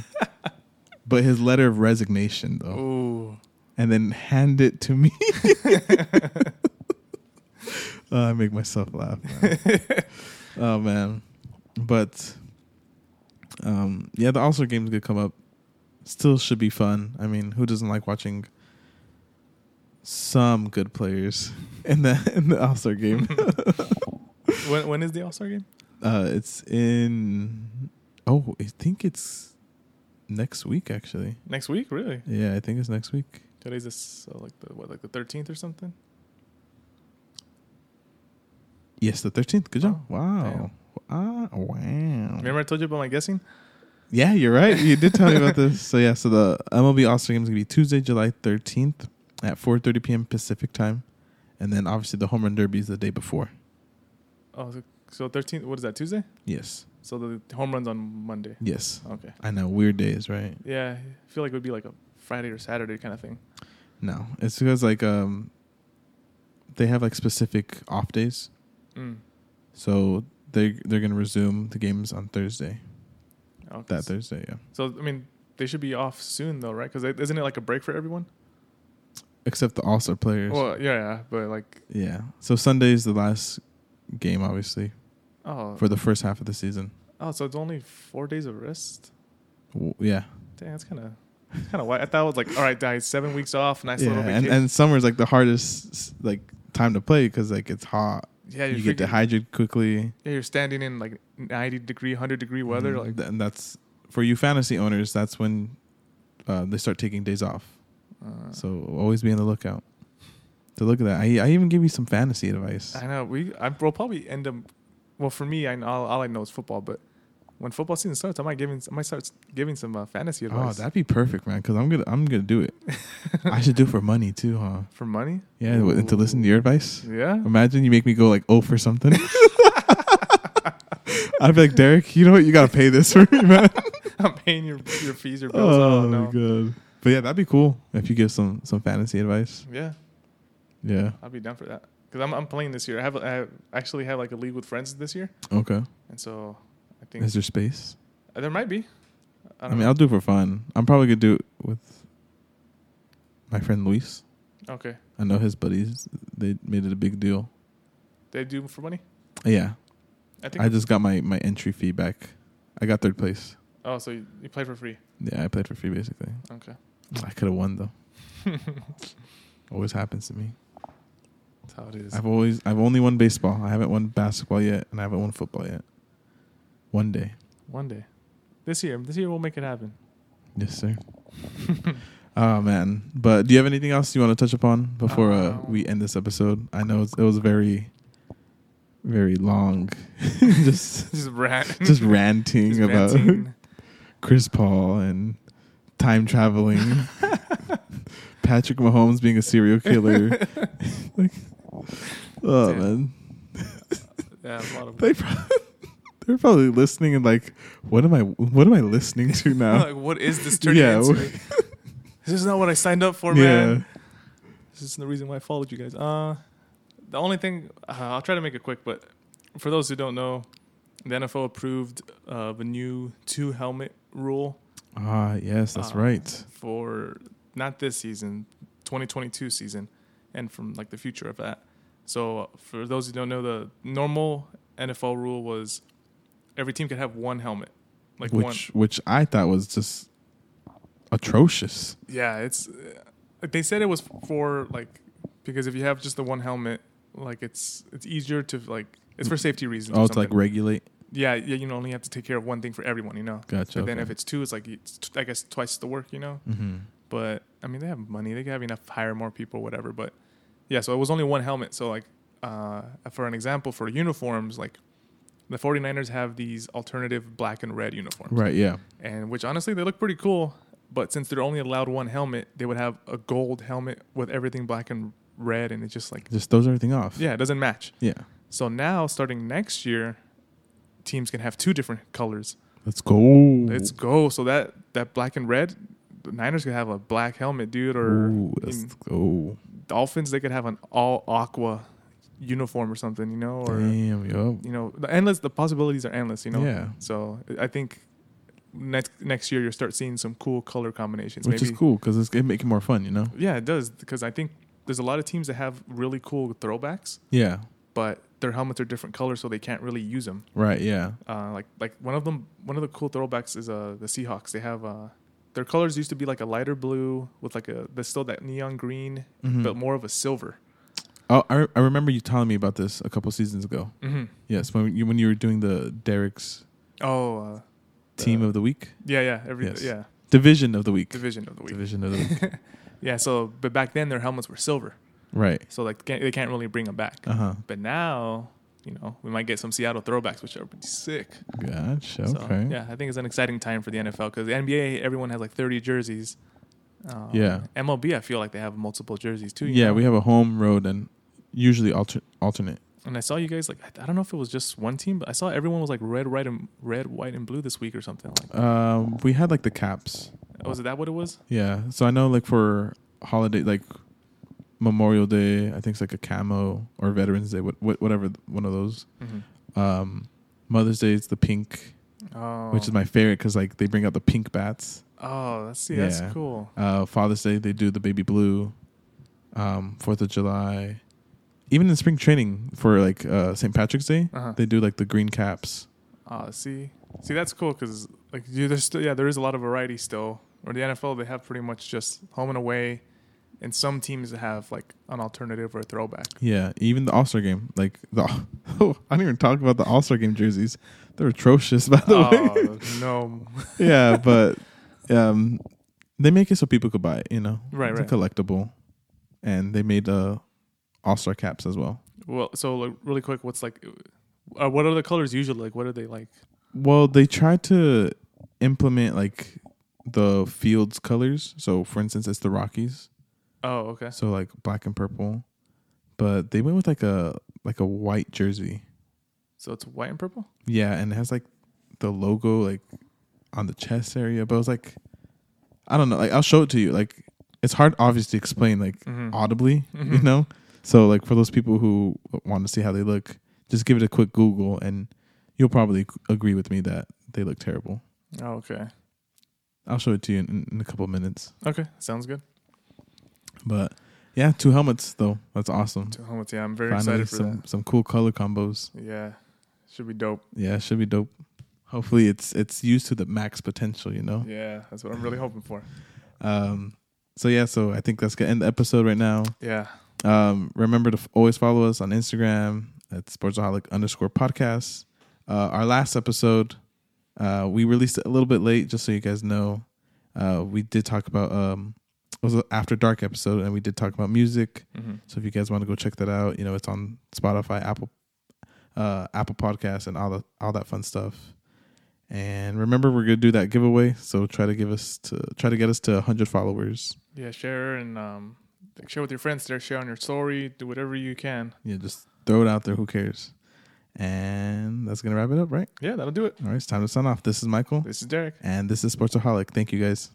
Speaker 1: but his letter of resignation though
Speaker 2: Ooh.
Speaker 1: and then hand it to me. *laughs* Uh, I make myself laugh. Man.
Speaker 2: *laughs*
Speaker 1: oh man, but um, yeah, the All Star game's gonna come up. Still should be fun. I mean, who doesn't like watching some good players *laughs* in the in the All Star game?
Speaker 2: *laughs* When when is the All Star game?
Speaker 1: *laughs* uh, it's in. Oh, I think it's next week. Actually,
Speaker 2: Next week? Really?
Speaker 1: yeah, I think it's next week.
Speaker 2: Today's this uh, like the what like the thirteenth or something?
Speaker 1: Yes, the thirteenth. Good job.
Speaker 2: Oh,
Speaker 1: wow. Ah, wow.
Speaker 2: Remember I told you about my guessing?
Speaker 1: Yeah, you're right. You did tell me about this. So yeah, so the MLB All Star Game is gonna be Tuesday, July 13th at 4:30 p.m. Pacific time, and then obviously the Home Run Derby is the day before.
Speaker 2: Oh, so- so thirteenth. What is that? Tuesday?
Speaker 1: Yes,
Speaker 2: So the home runs on Monday.
Speaker 1: yes.
Speaker 2: Okay.
Speaker 1: I know weird days, right?
Speaker 2: Yeah, I feel like it would be like a Friday or Saturday kind of thing.
Speaker 1: No, it's because like um, they have like specific off days,
Speaker 2: Mm.
Speaker 1: so they they're gonna resume the games on Thursday.
Speaker 2: Okay.
Speaker 1: That Thursday, yeah.
Speaker 2: Oh, So I mean, they should be off soon though, right? Because isn't it like a break for everyone?
Speaker 1: Except the All Star players.
Speaker 2: Well, yeah, yeah, but like,
Speaker 1: yeah. So Sunday's the last game, obviously,
Speaker 2: oh,
Speaker 1: for the first half of the season.
Speaker 2: oh, so it's only four days of rest.
Speaker 1: W- yeah.
Speaker 2: Dang, that's kind of kind of why I thought it was like, all right, guys, seven weeks off, nice
Speaker 1: yeah,
Speaker 2: little
Speaker 1: and,
Speaker 2: vacation.
Speaker 1: and summer's like the hardest s- like time to play because like it's hot.
Speaker 2: yeah,
Speaker 1: you
Speaker 2: you're
Speaker 1: get
Speaker 2: freaking-
Speaker 1: dehydrated quickly.
Speaker 2: Yeah, you're standing in like ninety degree, hundred degree weather.
Speaker 1: Mhm.
Speaker 2: Like,
Speaker 1: Th- and that's for you fantasy owners. That's when uh, they start taking days off.
Speaker 2: uh,
Speaker 1: So always be on the lookout. To look at that, I I even give you some fantasy advice.
Speaker 2: I know we. I will probably end up. Well, for me, I all, all I know is football. But when football season starts, I might giving I might start giving some uh, fantasy
Speaker 1: Oh,
Speaker 2: advice *laughs*
Speaker 1: that'd be perfect, man. Because I'm gonna I'm gonna do it. I should do it for money too, huh?
Speaker 2: for money.
Speaker 1: Yeah, w- and to listen to your advice.
Speaker 2: Yeah,
Speaker 1: Imagine you make me go like oh for something. *laughs* I'd be like Derek, you know what? You gotta pay this for me, man.
Speaker 2: *laughs* I'm paying your your fees, *laughs* your bills.
Speaker 1: Oh,
Speaker 2: Oh, no.
Speaker 1: my god! But yeah, that'd be cool if you give some some fantasy advice.
Speaker 2: Yeah,
Speaker 1: Yeah.
Speaker 2: I'll be down for that because I'm I'm playing this year. I have I have- actually have like a league with friends this year,
Speaker 1: Okay.
Speaker 2: and so I think
Speaker 1: Is there space?
Speaker 2: Uh, there might be.
Speaker 1: I
Speaker 2: I don't
Speaker 1: mean,
Speaker 2: know.
Speaker 1: I'll do it for fun. I'm probably gonna do it with my friend Luis.
Speaker 2: okay.
Speaker 1: I know his buddies. They made it a big deal.
Speaker 2: They do for money.
Speaker 1: Yeah,
Speaker 2: I think.
Speaker 1: I just got my my entry fee back. I got third place.
Speaker 2: oh, so you, you play for free.
Speaker 1: Yeah, I played for free basically.
Speaker 2: Okay.
Speaker 1: I could have won though.
Speaker 2: *laughs*
Speaker 1: Always happens to me.
Speaker 2: That's how it is.
Speaker 1: I've always I've only won baseball. I haven't won basketball yet, and I haven't won football yet. One day,
Speaker 2: One day, this year, this year we'll make it happen.
Speaker 1: yes, sir. oh man! But do you have anything else you want to touch upon before uh,
Speaker 2: Um,
Speaker 1: we end this episode? I know it's, it was very, very long. *laughs* *laughs* just
Speaker 2: *laughs* just rant.
Speaker 1: just ranting
Speaker 2: Just
Speaker 1: about *laughs*
Speaker 2: ranting.
Speaker 1: Chris Paul and time traveling,
Speaker 2: *laughs*
Speaker 1: Patrick Mahomes being a *laughs* serial
Speaker 2: *laughs*
Speaker 1: killer. like, oh
Speaker 2: Damn.
Speaker 1: man.
Speaker 2: Yeah, a lot
Speaker 1: *laughs*
Speaker 2: of.
Speaker 1: They pro- they're probably listening and like, what am I? What am I listening
Speaker 2: *laughs*
Speaker 1: to now?
Speaker 2: like, what is this turning
Speaker 1: Yeah,
Speaker 2: into?
Speaker 1: we-
Speaker 2: Like, this is not what I signed up for, man. This is the reason why I followed you guys. Uh, the only thing uh, I'll try to make it quick, but for those who don't know, the NFL approved uh, the new two helmet rule
Speaker 1: Ah, yes, that's
Speaker 2: Uh,
Speaker 1: right.
Speaker 2: for not this season, 2022 season, and from like the future of that. So uh, for those who don't know, the normal NFL rule was every team could have one helmet, like one.
Speaker 1: which which I thought was just atrocious.
Speaker 2: Yeah, it's uh, like they said it was for like because if you have just the one helmet, like it's it's easier to like it's for safety reasons. or
Speaker 1: Oh, it's like
Speaker 2: something.
Speaker 1: regulate.
Speaker 2: yeah, yeah, you know, only have to take care of one thing for everyone, you know.
Speaker 1: Gotcha.
Speaker 2: But then if it's two, it's like it's t- I guess twice the work, you know.
Speaker 1: hmm
Speaker 2: But I mean, they have money; they can have enough to hire more people, whatever. But yeah, so it was only one helmet. So like uh, for an example, for uniforms, like the 49ers have these alternative black and red uniforms
Speaker 1: right, yeah,
Speaker 2: and which honestly they look pretty cool. But since they're only allowed one helmet, they would have a gold helmet with everything black and red, and it just like
Speaker 1: just throws everything off.
Speaker 2: yeah, it doesn't match.
Speaker 1: yeah,
Speaker 2: So now starting next year, teams can have two different colors.
Speaker 1: let's go.
Speaker 2: Let's go! So that that black and red, the Niners could have a black helmet, dude, or
Speaker 1: Ooh, let's
Speaker 2: in
Speaker 1: go.
Speaker 2: Dolphins they could have an all aqua uniform or something, you know, or
Speaker 1: Damn, yo,
Speaker 2: you know, the endless. The possibilities are endless, you know.
Speaker 1: Yeah.
Speaker 2: So I think next next year you'll start seeing some cool color combinations.
Speaker 1: which is cool because it's it make it more fun, you know.
Speaker 2: Yeah, it does because I think there's a lot of teams that have really cool throwbacks,
Speaker 1: Yeah,
Speaker 2: but their helmets are different colors, so they can't really use them.
Speaker 1: right, yeah.
Speaker 2: Uh, like like one of them, one of the cool throwbacks is uh the Seahawks. They have uh their colors used to be like a lighter blue with like a there's still that neon green,
Speaker 1: Mhm.
Speaker 2: but more of a silver.
Speaker 1: Oh, I I remember you telling me about this a couple seasons ago.
Speaker 2: Mm-hmm.
Speaker 1: Yes, when you when you were doing the Derek's
Speaker 2: Oh, uh,
Speaker 1: team
Speaker 2: Uh,
Speaker 1: of the week,
Speaker 2: yeah, yeah, every
Speaker 1: Yes.
Speaker 2: yeah
Speaker 1: division of the week,
Speaker 2: division of the week.
Speaker 1: division of the week.
Speaker 2: *laughs* Yeah, so but back then their helmets were silver,
Speaker 1: right.
Speaker 2: so like can't, they can't really bring them back.
Speaker 1: Uh huh.
Speaker 2: But now, you know, we might get some Seattle throwbacks, which are pretty sick.
Speaker 1: Gotcha.
Speaker 2: So,
Speaker 1: okay.
Speaker 2: yeah, I think it's an exciting time for the NFL because the NBA, everyone has like 30 jerseys. Uh,
Speaker 1: Yeah.
Speaker 2: MLB, I feel like they have multiple jerseys too. you
Speaker 1: yeah,
Speaker 2: know?
Speaker 1: we have a home road and usually alter- alternate.
Speaker 2: And I saw you guys like I I don't know if it was just one team, but I saw everyone was like red, white, and red, white, and blue this week or something. Like,
Speaker 1: Um, we had like the caps.
Speaker 2: was it that what it was?
Speaker 1: Yeah. So I know like for holiday, like Memorial Day, I think it's like a camo or Veterans Day, what, what, whatever one of those. Um, Mother's Day is the pink,
Speaker 2: Oh,
Speaker 1: which is my favorite because like they bring out the pink bats.
Speaker 2: oh, that's see,
Speaker 1: Yeah.
Speaker 2: that's cool.
Speaker 1: Uh, Father's Day they do the baby blue. Um, Fourth of July, even in spring training for like uh, St. Patrick's Day,
Speaker 2: Uh-huh.
Speaker 1: they do like the green caps.
Speaker 2: Uh, see, see, that's cool because like you, there's still yeah, there is a lot of variety still. Or the NFL, they have pretty much just home and away, and some teams have like an alternative or a throwback.
Speaker 1: Yeah, even the All Star game, like the *laughs* oh, I didn't even talk about the All Star game jerseys. They're atrocious, by *laughs* the way.
Speaker 2: Oh no,
Speaker 1: *laughs* yeah, but um, they make it so people could buy it. You know,
Speaker 2: Right,
Speaker 1: It's
Speaker 2: right.
Speaker 1: a collectible, and they made uh All Star caps as well.
Speaker 2: Well, so like really quick, what's like, uh, what are the colors usually like? What are they like?
Speaker 1: Well, they tried to implement like the field's colors. So, for instance, it's the Rockies,
Speaker 2: Oh, okay.
Speaker 1: so like black and purple, but they went with like a like a white jersey.
Speaker 2: So it's white and purple.
Speaker 1: Yeah, and it has like the logo like on the chest area, but it was like I don't know, like I'll show it to you. Like it's hard obviously to explain like
Speaker 2: Mhm.
Speaker 1: audibly, you
Speaker 2: Mhm.
Speaker 1: know? So like for those people who want to see how they look, just give it a quick Google and you'll probably c- agree with me that they look terrible.
Speaker 2: Oh, okay.
Speaker 1: I'll show it to you in, in a couple of minutes.
Speaker 2: Okay, sounds good.
Speaker 1: But yeah, two helmets though. That's awesome.
Speaker 2: Two helmets. Yeah, I'm very
Speaker 1: Finally,
Speaker 2: excited for
Speaker 1: some some cool color combos.
Speaker 2: that. Yeah, should be dope.
Speaker 1: Yeah, it should be dope. Hopefully, it's it's used to the max potential. You know.
Speaker 2: Yeah, that's what I'm really hoping for.
Speaker 1: Um. So yeah, so I think that's gonna end the episode right now.
Speaker 2: Yeah,
Speaker 1: Um, remember to f- always follow us on Instagram at sportsaholic underscore podcast. Uh, our last episode, uh, we released it a little bit late, just so you guys know. Uh, we did talk about um, it was an after dark episode, and we did talk about music.
Speaker 2: hmm
Speaker 1: So if you guys want to go check that out, you know it's on Spotify, Apple, uh, Apple Podcasts, and all the all that fun stuff. And remember, we're gonna do that giveaway. So try to give us to try to get us to 100 followers.
Speaker 2: yeah. Share and um, share with your friends. There, share on your story. Do whatever you can.
Speaker 1: Yeah, just throw it out there. Who cares? And that's going to wrap it up, right?
Speaker 2: Yeah, that'll do it.
Speaker 1: All right, it's time to sign off. This is Michael,
Speaker 2: This is Derek.
Speaker 1: and this is Sportsaholic. Thank you guys.